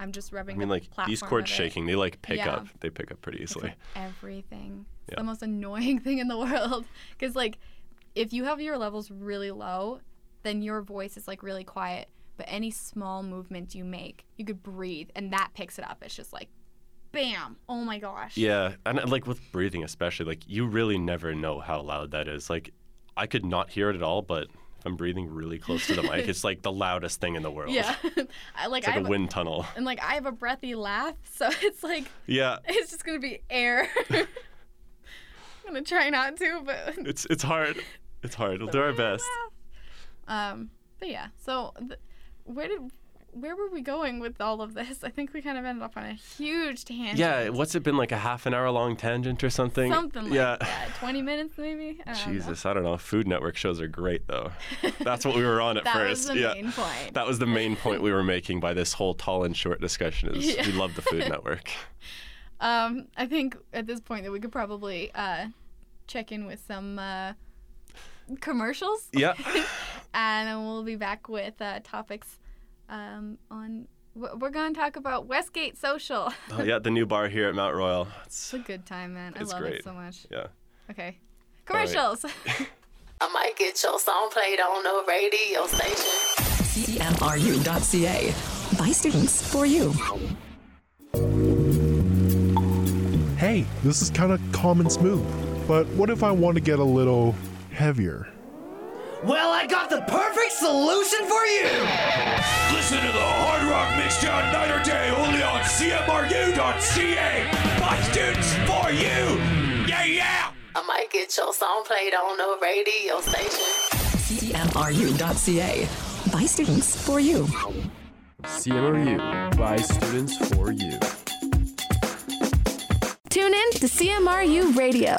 [SPEAKER 2] I'm just rubbing.
[SPEAKER 1] I mean,
[SPEAKER 2] the
[SPEAKER 1] like these
[SPEAKER 2] platform
[SPEAKER 1] cords
[SPEAKER 2] of it.
[SPEAKER 1] shaking, they like pick
[SPEAKER 2] Yeah.
[SPEAKER 1] up. They pick up pretty easily.
[SPEAKER 2] everything. It's
[SPEAKER 1] Yeah.
[SPEAKER 2] the most annoying thing in the world. Because, like, if you have your levels really low, then your voice is, like, really quiet. But any small movement you make, you could breathe, and that picks it up. It's just like, bam. Oh my gosh.
[SPEAKER 1] Yeah, and uh, like with breathing especially, like you really never know how loud that is. Like, I could not hear it at all, but if I'm breathing really close to the mic, it's like the loudest thing in the world.
[SPEAKER 2] Yeah. I, like,
[SPEAKER 1] It's like
[SPEAKER 2] I
[SPEAKER 1] a
[SPEAKER 2] have,
[SPEAKER 1] wind tunnel.
[SPEAKER 2] and, like, I have a breathy laugh, so it's like,
[SPEAKER 1] Yeah.
[SPEAKER 2] it's just going to be air. I'm going to try not to, but
[SPEAKER 1] It's it's hard. It's hard. We'll do our best.
[SPEAKER 2] Um, but yeah. So, th- where did where were we going with all of this? I think we kind of ended up on a huge tangent.
[SPEAKER 1] Yeah, what's it been like a half an hour long tangent or something?
[SPEAKER 2] Something like
[SPEAKER 1] yeah.
[SPEAKER 2] that. 20 minutes maybe? I don't know.
[SPEAKER 1] Jesus, I don't know. Food Network shows are great though. That's what we were on at
[SPEAKER 2] That was
[SPEAKER 1] first.
[SPEAKER 2] the
[SPEAKER 1] yeah.
[SPEAKER 2] main point.
[SPEAKER 1] That was the main point we were making by this whole tall and short discussion is
[SPEAKER 2] Yeah.
[SPEAKER 1] we love the Food Network.
[SPEAKER 2] Um, I think at this point that we could probably uh, check in with some uh, commercials,
[SPEAKER 1] Yeah.
[SPEAKER 2] and then we'll be back with uh, topics um, on. w- We're gonna talk about Westgate Social.
[SPEAKER 1] Oh, yeah, the new bar here at Mount Royal. It's
[SPEAKER 2] It's a good time, man. I
[SPEAKER 1] It's
[SPEAKER 2] love
[SPEAKER 1] great.
[SPEAKER 2] it so much.
[SPEAKER 1] yeah.
[SPEAKER 2] Okay,
[SPEAKER 1] right.
[SPEAKER 2] commercials.
[SPEAKER 3] I might get your song played on the radio station.
[SPEAKER 4] CMRU.ca. By students for you.
[SPEAKER 5] Hey, this is kind of calm and smooth, but what if I want to get a little heavier?
[SPEAKER 6] Well, I got the perfect solution for you!
[SPEAKER 7] Listen to the Hard Rock Mixture night or day only on CMRU.ca. My students for you. Yeah, yeah.
[SPEAKER 3] I might get your song played on the radio station.
[SPEAKER 4] CMRU.ca. By students for you.
[SPEAKER 8] CMRU by students for you.
[SPEAKER 9] Tune in to CMRU Radio.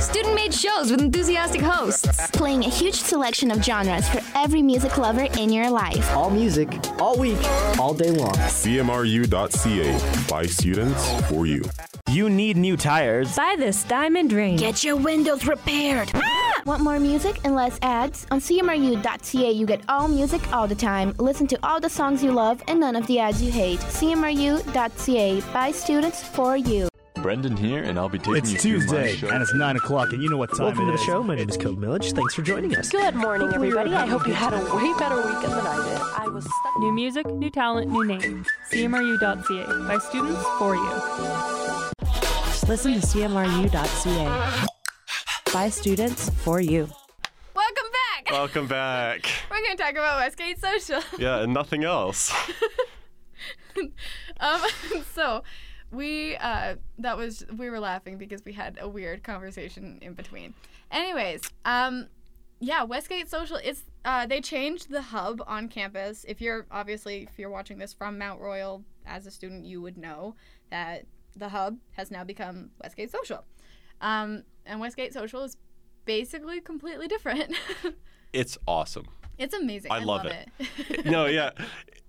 [SPEAKER 9] Student made shows with enthusiastic hosts. Playing a huge selection of genres for every music lover in your life.
[SPEAKER 6] All music, all week, all day long.
[SPEAKER 10] CMRU.ca by students for you.
[SPEAKER 6] You need new tires.
[SPEAKER 9] Buy this diamond ring.
[SPEAKER 8] Get your windows repaired.
[SPEAKER 9] Want more music and less ads? On CMRU.ca, you get all music all the time. Listen to all the songs you love and none of the ads you hate. CMRU.ca by students for you.
[SPEAKER 8] Brendan here, and I'll be taking
[SPEAKER 7] It's Tuesday and it's nine o'clock, and you know what time
[SPEAKER 6] Welcome
[SPEAKER 7] it
[SPEAKER 6] to the
[SPEAKER 7] is.
[SPEAKER 6] show. My name is Code Millage. Thanks for joining us.
[SPEAKER 8] Good morning, everybody. I hope you had a way better weekend than I did. I was stuck.
[SPEAKER 9] New music, new talent, new name. CMRU.ca by students for you.
[SPEAKER 8] Listen to CMRU.ca. By students for you.
[SPEAKER 2] Welcome back.
[SPEAKER 1] Welcome back.
[SPEAKER 2] We're gonna talk about Westgate Social.
[SPEAKER 1] Yeah, and nothing else.
[SPEAKER 2] Um, so we uh, that was we were laughing because we had a weird conversation in between. Anyways, um, yeah, Westgate Social. It's uh, they changed the hub on campus. If you're obviously if you're watching this from Mount Royal as a student, you would know that the hub has now become Westgate Social, um, and Westgate Social is basically completely different.
[SPEAKER 1] It's awesome.
[SPEAKER 2] it's amazing.
[SPEAKER 1] I
[SPEAKER 2] I,
[SPEAKER 1] love
[SPEAKER 2] it.
[SPEAKER 1] No, yeah.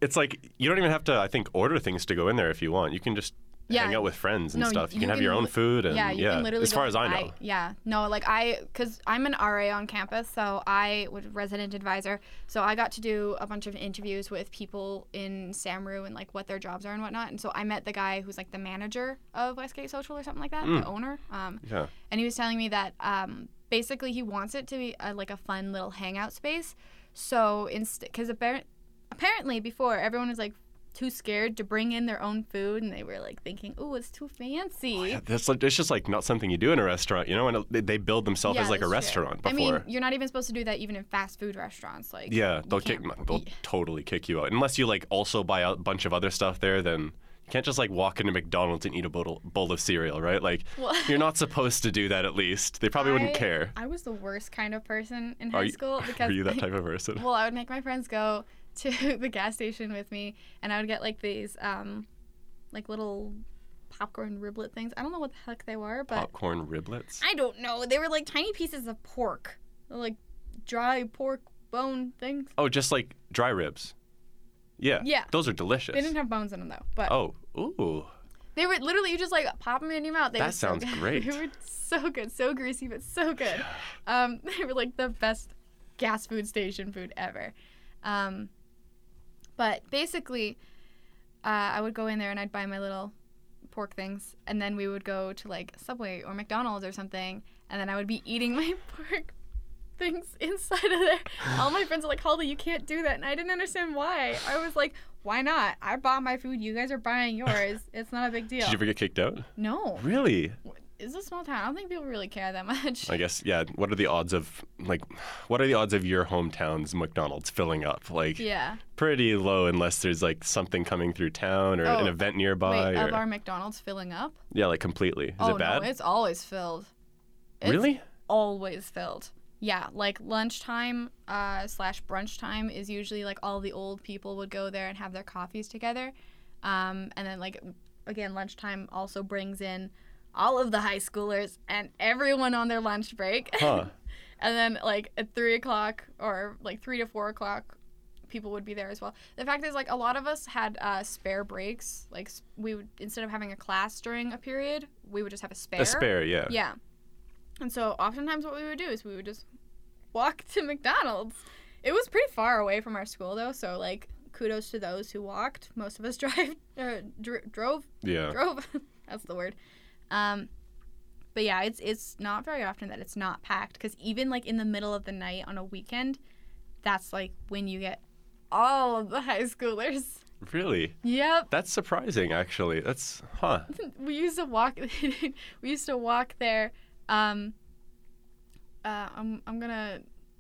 [SPEAKER 1] It's like you don't even have to I think order things to go in there if you want. You can just
[SPEAKER 2] Yeah.
[SPEAKER 1] hang out with friends and
[SPEAKER 2] No,
[SPEAKER 1] stuff. You,
[SPEAKER 2] you
[SPEAKER 1] can have
[SPEAKER 2] can
[SPEAKER 1] your own
[SPEAKER 2] li-
[SPEAKER 1] food and
[SPEAKER 2] yeah, you can literally.
[SPEAKER 1] as
[SPEAKER 2] go-
[SPEAKER 1] far as I know.
[SPEAKER 2] yeah, no, like I, because I'm an RA on campus, so I was resident advisor. So I got to do a bunch of interviews with people in SAMRU and like what their jobs are and whatnot. And so I met the guy who's like the manager of Westgate Social or something like that,
[SPEAKER 1] Mm.
[SPEAKER 2] the owner. Um,
[SPEAKER 1] Yeah.
[SPEAKER 2] and he was telling me that um, basically he wants it to be a, like a fun little hangout space. So instead, because apparent, apparently before everyone was like too scared to bring in their own food, and they were like thinking, "Oh, it's too fancy."
[SPEAKER 1] Yeah, that's like, it's just like not something you do in a restaurant, you know. And they, they build themselves
[SPEAKER 2] Yeah,
[SPEAKER 1] as like a
[SPEAKER 2] that's true.
[SPEAKER 1] restaurant before.
[SPEAKER 2] I mean, you're not even supposed to do that even in fast food restaurants. Like
[SPEAKER 1] yeah,
[SPEAKER 2] you
[SPEAKER 1] they'll kick,
[SPEAKER 2] can't-
[SPEAKER 1] they'll
[SPEAKER 2] y-
[SPEAKER 1] totally kick you out unless you like also buy a bunch of other stuff there. Then you can't just like walk into McDonald's and eat a bowl, bowl of cereal, right? Like you're not supposed to do that. At least they probably wouldn't
[SPEAKER 2] I-
[SPEAKER 1] care.
[SPEAKER 2] I was the worst kind of person in
[SPEAKER 1] Are
[SPEAKER 2] high
[SPEAKER 1] you-
[SPEAKER 2] school because
[SPEAKER 1] Are you that type of person?
[SPEAKER 2] well, I would make my friends go to the gas station with me, and I would get like these um, like little popcorn riblet things. I don't know what the heck they were, but
[SPEAKER 1] Popcorn riblets.
[SPEAKER 2] I don't know. They were like tiny pieces of pork, like dry pork bone things.
[SPEAKER 1] Oh, just like dry ribs. Yeah.
[SPEAKER 2] Yeah.
[SPEAKER 1] Those are delicious.
[SPEAKER 2] They didn't have bones in them though, but
[SPEAKER 1] oh, ooh.
[SPEAKER 2] They were literally you just like pop them in your mouth. They
[SPEAKER 1] That
[SPEAKER 2] were so
[SPEAKER 1] sounds
[SPEAKER 2] good.
[SPEAKER 1] great.
[SPEAKER 2] they were so good, so greasy, but so good. Um, they were like the best gas food station food ever. Um, but basically, uh, I would go in there and I'd buy my little pork things, and then we would go to like Subway or McDonald's or something, and then I would be eating my pork things inside of there. All my friends were like, Holly, you can't do that. And I didn't understand why. I was like, why not? I bought my food. You guys are buying yours. It's not a big deal.
[SPEAKER 1] Did you ever get kicked out?
[SPEAKER 2] no.
[SPEAKER 1] Really?
[SPEAKER 2] It's a small town. I don't think people really care that much.
[SPEAKER 1] I guess yeah. What are the odds of like, what are the odds of your hometown's McDonald's filling up? Like,
[SPEAKER 2] yeah.
[SPEAKER 1] pretty low unless there's like something coming through town or an
[SPEAKER 2] Oh,
[SPEAKER 1] event nearby.
[SPEAKER 2] Wait,
[SPEAKER 1] or,
[SPEAKER 2] of our McDonald's filling up?
[SPEAKER 1] yeah, like completely. Is
[SPEAKER 2] oh
[SPEAKER 1] it bad?
[SPEAKER 2] no, it's always filled. It's
[SPEAKER 1] really?
[SPEAKER 2] Always filled. yeah, like lunchtime uh, slash brunch time is usually like all the old people would go there and have their coffees together. Um, and then, like, again, lunchtime also brings in all of the high schoolers and everyone on their lunch break.
[SPEAKER 1] Huh.
[SPEAKER 2] and then, like, at three o'clock or like three to four o'clock, people would be there as well. The fact is, like, a lot of us had uh, spare breaks. Like, s- we would, instead of having a class during a period, we would just have a spare.
[SPEAKER 1] A spare, yeah.
[SPEAKER 2] Yeah. And so oftentimes what we would do is we would just walk to McDonald's. It was pretty far away from our school though, so like kudos to those who walked. Most of us drive or dr- drove
[SPEAKER 1] Yeah.
[SPEAKER 2] drove. That's the word. Um but yeah, it's it's not very often that it's not packed cuz even like in the middle of the night on a weekend, that's like when you get all of the high schoolers.
[SPEAKER 1] Really?
[SPEAKER 2] Yep.
[SPEAKER 1] That's surprising, actually. That's, huh.
[SPEAKER 2] we used to walk we used to walk there um uh, I'm, I'm gonna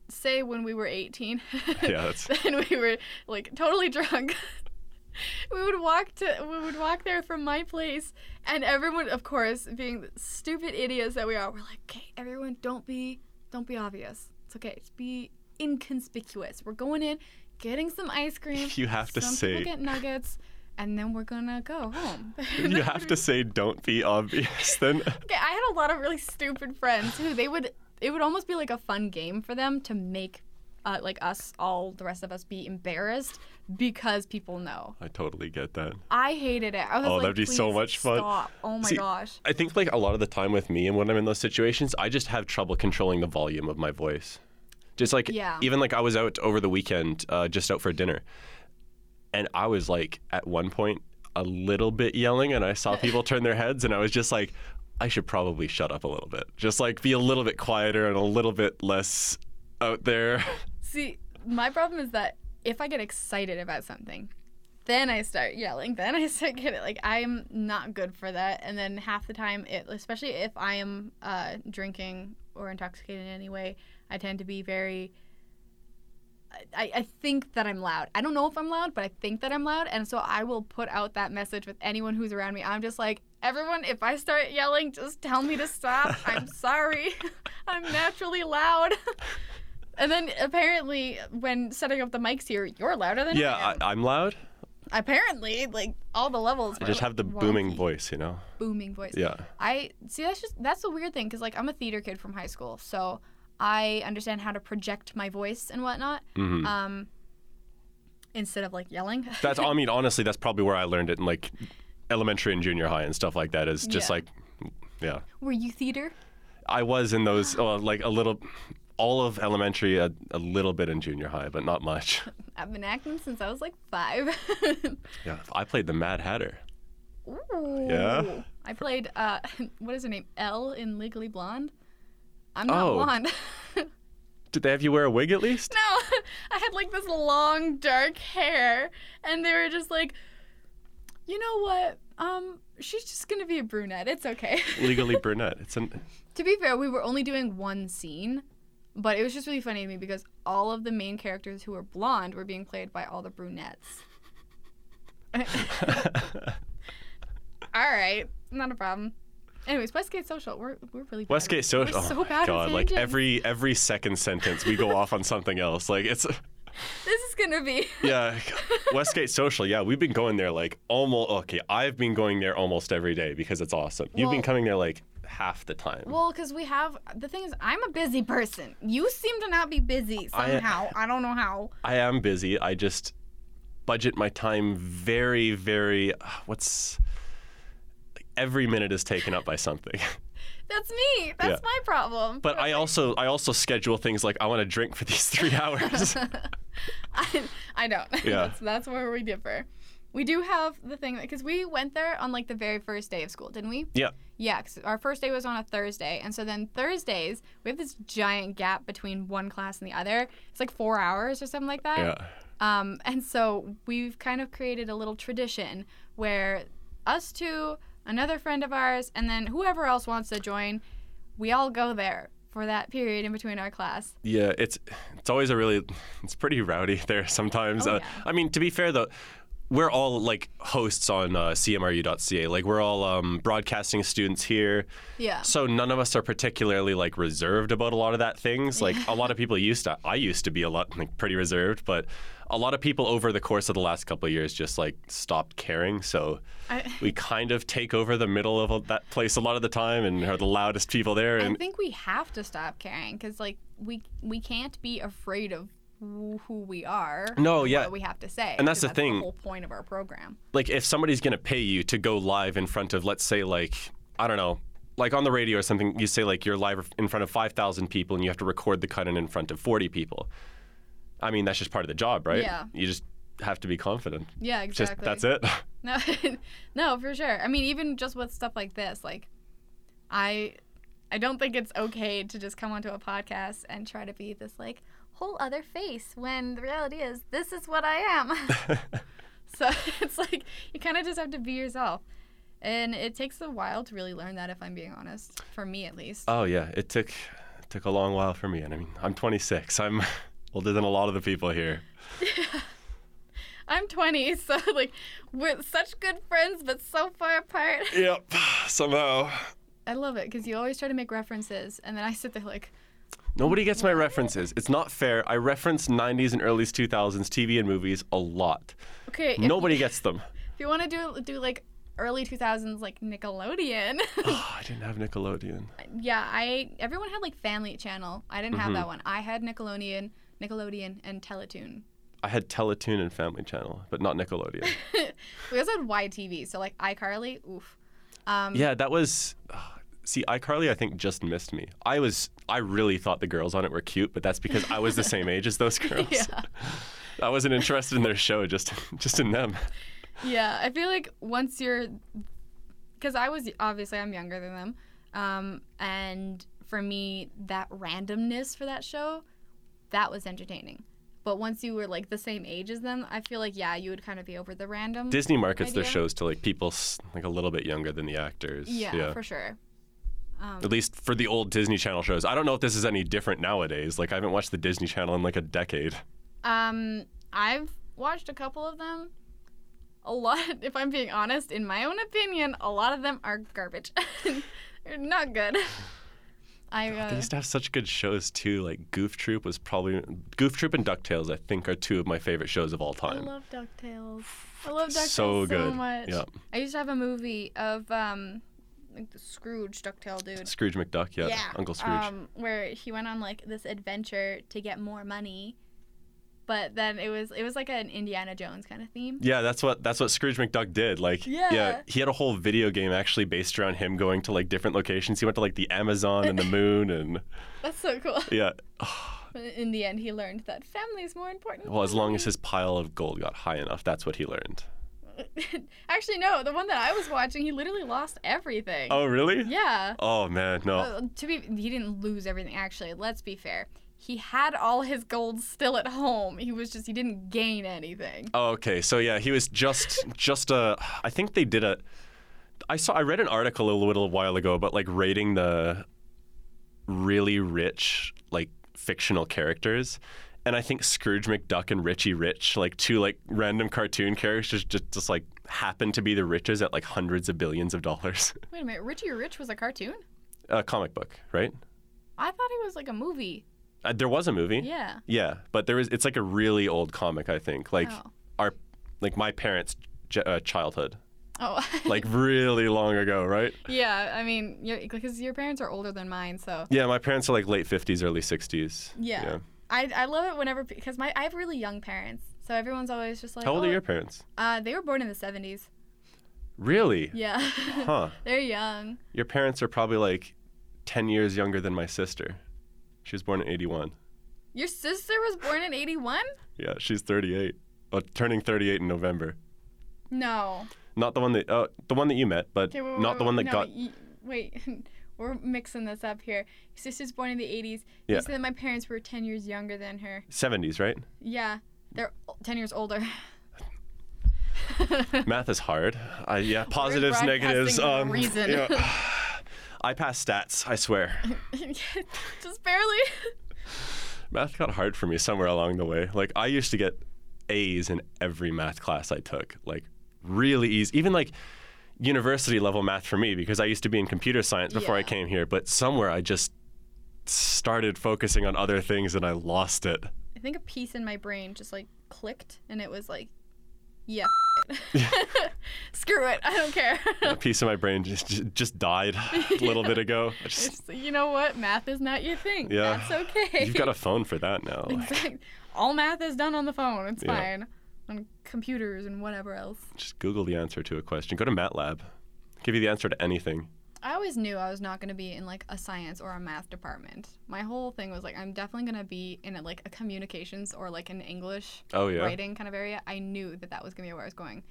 [SPEAKER 2] say when we were 18
[SPEAKER 1] Yeah, that's-
[SPEAKER 2] then we were like totally drunk we would walk to we would walk there from my place and everyone of course being the stupid idiots that we are we're like okay everyone don't be don't be obvious it's okay just be inconspicuous we're going in getting some ice cream
[SPEAKER 1] You have to
[SPEAKER 2] some
[SPEAKER 1] say-
[SPEAKER 2] people get nuggets and then we're gonna go home
[SPEAKER 1] You have to say, don't be obvious then.
[SPEAKER 2] Okay, I had a lot of really stupid friends who they would it would almost be like a fun game for them to make uh, like us all the rest of us be embarrassed because people know.
[SPEAKER 1] I totally get that.
[SPEAKER 2] I hated it. I was
[SPEAKER 1] Oh,
[SPEAKER 2] like,
[SPEAKER 1] that'd be so
[SPEAKER 2] "Please
[SPEAKER 1] much fun."
[SPEAKER 2] Stop. Oh my
[SPEAKER 1] See,
[SPEAKER 2] gosh.
[SPEAKER 1] I think like a lot of the time with me and when I'm in those situations, I just have trouble controlling the volume of my voice. Just like
[SPEAKER 2] Yeah.
[SPEAKER 1] even like I was out over the weekend, uh, just out for dinner, and I was like at one point a little bit yelling, and I saw people turn their heads, and I was just like, I should probably shut up a little bit, just like be a little bit quieter and a little bit less out there.
[SPEAKER 2] See, my problem is that if I get excited about something, then I start yelling. Then I start getting like I'm not good for that. And then half the time, it especially if I am uh, drinking or intoxicated in any way, I tend to be very. I- I, I think that I'm loud. I don't know if I'm loud, but I think that I'm loud, and so I will put out that message with anyone who's around me. I'm just like, everyone, if I start yelling, just tell me to stop. I'm sorry. I'm naturally loud. And then apparently, when setting up the mics here, you're louder than
[SPEAKER 1] yeah,
[SPEAKER 2] I am.
[SPEAKER 1] I, I'm loud.
[SPEAKER 2] apparently, like all the levels.
[SPEAKER 1] I just have the booming voice, you know.
[SPEAKER 2] Booming voice.
[SPEAKER 1] Yeah.
[SPEAKER 2] I see. That's just that's the weird thing because like I'm a theater kid from high school, so I understand how to project my voice and whatnot.
[SPEAKER 1] Mm-hmm. Hmm.
[SPEAKER 2] Um, instead of like yelling.
[SPEAKER 1] That's I mean honestly, that's probably where I learned it in like elementary and junior high and stuff like that. Is just
[SPEAKER 2] Yeah.
[SPEAKER 1] like, yeah,
[SPEAKER 2] Were you theater?
[SPEAKER 1] I was in those uh, like a little, all of elementary, a, a little bit in junior high, but not much.
[SPEAKER 2] I've been acting since I was like five.
[SPEAKER 1] Yeah, I played the Mad Hatter.
[SPEAKER 2] Ooh.
[SPEAKER 1] Yeah.
[SPEAKER 2] I played uh, what is her name? Elle in Legally Blonde. I'm not
[SPEAKER 1] Oh.
[SPEAKER 2] blonde.
[SPEAKER 1] Did they have you wear a wig at least?
[SPEAKER 2] no, I had like this long dark hair, and they were just like, you know what? Um, she's just gonna be a brunette. It's okay.
[SPEAKER 1] Legally brunette. It's an
[SPEAKER 2] to be fair, we were only doing one scene, but it was just really funny to me because all of the main characters who were blonde were being played by all the brunettes. all right, not a problem. Anyways, Westgate Social, we're we're really bad at-
[SPEAKER 1] Westgate Social.
[SPEAKER 2] We're so
[SPEAKER 1] oh my
[SPEAKER 2] bad
[SPEAKER 1] god!
[SPEAKER 2] At
[SPEAKER 1] Like
[SPEAKER 2] tangents.
[SPEAKER 1] every every second sentence, we go off on something else. Like it's
[SPEAKER 2] This is gonna be.
[SPEAKER 1] yeah, Westgate Social. Yeah, we've been going there like almost. Okay, I've been going there almost every day because it's awesome. You've been
[SPEAKER 2] Well-
[SPEAKER 1] coming there like half the time.
[SPEAKER 2] Well, because we have the thing is, I'm a busy person. You seem to not be busy somehow. I, don't know how.
[SPEAKER 1] I am busy. I just budget my time very, very. uh, What's like every minute is taken up by something.
[SPEAKER 2] That's me. That's
[SPEAKER 1] Yeah.
[SPEAKER 2] my problem.
[SPEAKER 1] But I also I also schedule things like I want to drink for these three hours.
[SPEAKER 2] I, I don't.
[SPEAKER 1] Yeah.
[SPEAKER 2] that's, that's where we differ. We do have the thing because we went there on like the very first day of school, didn't we?
[SPEAKER 1] yeah,
[SPEAKER 2] Yeah, 'cause our first day was on a Thursday, and so then Thursdays we have this giant gap between one class and the other. It's like four hours or something like that.
[SPEAKER 1] yeah.
[SPEAKER 2] Um, and so we've kind of created a little tradition where us two, another friend of ours, and then whoever else wants to join, we all go there for that period in between our class.
[SPEAKER 1] Yeah, it's it's always a really it's pretty rowdy there sometimes.
[SPEAKER 2] Oh,
[SPEAKER 1] uh,
[SPEAKER 2] yeah.
[SPEAKER 1] I mean, to be fair though, we're all like hosts on uh, CMRU.ca. Like we're all um, broadcasting students here.
[SPEAKER 2] Yeah.
[SPEAKER 1] So none of us are particularly like reserved about a lot of that things. Like a lot of people used to, I used to be a lot like pretty reserved, but a lot of people over the course of the last couple of years just like stopped caring. So
[SPEAKER 2] I-
[SPEAKER 1] we kind of take over the middle of that place a lot of the time and are the loudest people there.
[SPEAKER 2] I
[SPEAKER 1] And
[SPEAKER 2] think we have to stop caring because like we we can't be afraid of who who we are.
[SPEAKER 1] No,
[SPEAKER 2] and
[SPEAKER 1] yeah.
[SPEAKER 2] what we have to say.
[SPEAKER 1] And that's
[SPEAKER 2] 'cause
[SPEAKER 1] the thing.
[SPEAKER 2] The whole point of our program.
[SPEAKER 1] like if somebody's going to pay you to go live in front of let's say like i don't know like on the radio or something you say like you're live in front of 5000 people and you have to record the cut-in in front of 40 people i mean that's just part of the job right
[SPEAKER 2] Yeah.
[SPEAKER 1] you just have to be confident
[SPEAKER 2] Yeah,
[SPEAKER 1] just
[SPEAKER 2] exactly.
[SPEAKER 1] that's it
[SPEAKER 2] No, no, for sure. I mean, even just with stuff like this, like I, I don't think it's okay to just come onto a podcast and try to be this like whole other face when the reality is this is what I am. so it's like you kind of just have to be yourself, and it takes a while to really learn that. If I'm being honest, for me at least.
[SPEAKER 1] oh yeah it took it took a long while for me and i mean i'm 26 i'm older than a lot of the people here
[SPEAKER 2] I'm 20, so like we're such good friends, but so far apart.
[SPEAKER 1] yep somehow
[SPEAKER 2] I love it because you always try to make references, and then I sit there like.
[SPEAKER 1] Nobody gets my references. It's not fair. I reference 90s and early 2000s TV and movies a lot.
[SPEAKER 2] Okay. if you-
[SPEAKER 1] Nobody gets them.
[SPEAKER 2] If you want to do do like early 2000s like Nickelodeon.
[SPEAKER 1] Oh, I didn't have Nickelodeon.
[SPEAKER 2] yeah, I everyone had like Family Channel. I didn't have that one. I had Nickelodeon, Nickelodeon and Teletoon.
[SPEAKER 1] I had Teletoon and Family Channel, but not Nickelodeon.
[SPEAKER 2] We also had YTV, so like iCarly, oof. Um,
[SPEAKER 1] yeah, that was. ah, See, iCarly, I think just missed me. I was. I really thought the girls on it were cute, but that's because I was the same age as those girls. I wasn't interested in their show, just just in them.
[SPEAKER 2] Yeah, I feel like once you're, because I was obviously I'm younger than them, um, and for me that randomness for that show, that was entertaining. But once you were like the same age as them, I feel like yeah, you would kind of be over the random.
[SPEAKER 1] Disney markets their
[SPEAKER 2] Idea.
[SPEAKER 1] shows to like people s- like a little bit younger than the actors.
[SPEAKER 2] yeah, Um, for sure.
[SPEAKER 1] At least for the old Disney Channel shows. I don't know if this is any different nowadays. Like I haven't watched the Disney Channel in like a decade.
[SPEAKER 2] Um, I've watched a couple of them. A lot, if I'm being honest, in my own opinion, a lot of them are garbage. They're not good. I
[SPEAKER 1] They
[SPEAKER 2] uh,
[SPEAKER 1] used to have such good shows too. Like Goof Troop was probably Goof Troop and Ducktales. I think are two of my favorite shows of all
[SPEAKER 2] I
[SPEAKER 1] time.
[SPEAKER 2] love Ducktales. I love Ducktales
[SPEAKER 1] So
[SPEAKER 2] so,
[SPEAKER 1] good.
[SPEAKER 2] much.
[SPEAKER 1] Yeah.
[SPEAKER 2] I used to have a movie of um, like the Scrooge Ducktale dude.
[SPEAKER 1] Scrooge McDuck, yeah,
[SPEAKER 2] yeah.
[SPEAKER 1] Uncle Scrooge.
[SPEAKER 2] Um, where he went on like this adventure to get more money, but then it was it was like an Indiana Jones kind of theme.
[SPEAKER 1] yeah, that's what that's what Scrooge McDuck did. Like,
[SPEAKER 2] Yeah.
[SPEAKER 1] he had a whole video game actually based around him going to like different locations. He went to like the Amazon and the moon, and
[SPEAKER 2] That's so cool.
[SPEAKER 1] yeah.
[SPEAKER 2] In the end, he learned that family is more important.
[SPEAKER 1] Well, as long as his pile of gold got high enough, that's what he learned.
[SPEAKER 2] Actually, no. The one that I was watching, he literally lost everything.
[SPEAKER 1] Oh, really?
[SPEAKER 2] Yeah.
[SPEAKER 1] Oh man, no.
[SPEAKER 2] Uh, to be, he didn't lose everything. Actually, let's be fair. He had all his gold still at home. He was just he didn't gain anything.
[SPEAKER 1] Oh, okay. So yeah, he was just just a. I think they did a. I saw. I read an article a little while ago about like rating the really rich like fictional characters, and I think Scrooge McDuck and Richie Rich, like two like random cartoon characters, just just like happen to be the riches at like hundreds of billions of dollars.
[SPEAKER 2] Wait a minute, Richie Rich was a cartoon?
[SPEAKER 1] a comic book, right?
[SPEAKER 2] I thought he was like a movie.
[SPEAKER 1] Uh, there was a movie.
[SPEAKER 2] Yeah.
[SPEAKER 1] Yeah, but there is. It's like a really old comic. I think like
[SPEAKER 2] Oh.
[SPEAKER 1] our like my parents' j- uh, childhood.
[SPEAKER 2] Oh,
[SPEAKER 1] like really long ago, right?
[SPEAKER 2] yeah. I mean, because your parents are older than mine, so
[SPEAKER 1] Yeah, my parents are like late 50s, early 60s.
[SPEAKER 2] yeah. I, I love it whenever because my I have really young parents, so everyone's always just like
[SPEAKER 1] How old
[SPEAKER 2] "Oh,
[SPEAKER 1] are your parents?
[SPEAKER 2] Uh, they were born in the seventies.
[SPEAKER 1] Really?
[SPEAKER 2] Yeah,
[SPEAKER 1] Huh.
[SPEAKER 2] they're young.
[SPEAKER 1] Your parents are probably like 10 years younger than my sister. She was born in 81.
[SPEAKER 2] Your sister was born in eighty one.
[SPEAKER 1] Yeah, she's 38. Oh, turning 38 in November.
[SPEAKER 2] No.
[SPEAKER 1] Not the one that uh, the one that you met, but
[SPEAKER 2] Okay, wait,
[SPEAKER 1] not
[SPEAKER 2] wait,
[SPEAKER 1] the one that
[SPEAKER 2] wait, no,
[SPEAKER 1] got
[SPEAKER 2] y- wait, we're mixing this up here. Your sister's born in the 80s.
[SPEAKER 1] Yeah.
[SPEAKER 2] You said that my parents were 10 years younger than her.
[SPEAKER 1] 70s, right?
[SPEAKER 2] Yeah, they're o- 10 years older.
[SPEAKER 1] Math is hard. I, yeah, positives, negatives.
[SPEAKER 2] broadcasting reason.
[SPEAKER 1] yeah. I passed stats, I swear.
[SPEAKER 2] Just barely.
[SPEAKER 1] Math got hard for me somewhere along the way. Like I used to get A's in every math class I took. Like really easy. Even like university level math for me because I used to be in computer science before I
[SPEAKER 2] Yeah.
[SPEAKER 1] came here, but somewhere I just started focusing on other things and I lost it.
[SPEAKER 2] I think a piece in my brain just like clicked and it was like, yeah, f- it. screw it, I don't care.
[SPEAKER 1] A piece of my brain just just, just died a little bit ago. I just-
[SPEAKER 2] It's- you know what? Math is not your thing.
[SPEAKER 1] Yeah.
[SPEAKER 2] That's okay.
[SPEAKER 1] You've got a phone for that now. Like,
[SPEAKER 2] Exact- All math is done on the phone. It's
[SPEAKER 1] Yeah.
[SPEAKER 2] fine. On computers and whatever else.
[SPEAKER 1] just Google the answer to a question. Go to MATLAB. Give you the answer to anything.
[SPEAKER 2] I always knew I was not going to be in like a science or a math department. My whole thing was like I'm definitely going to be in a, like a communications or like an English
[SPEAKER 1] Oh, yeah.
[SPEAKER 2] writing kind of area. I knew that that was going to be where I was going.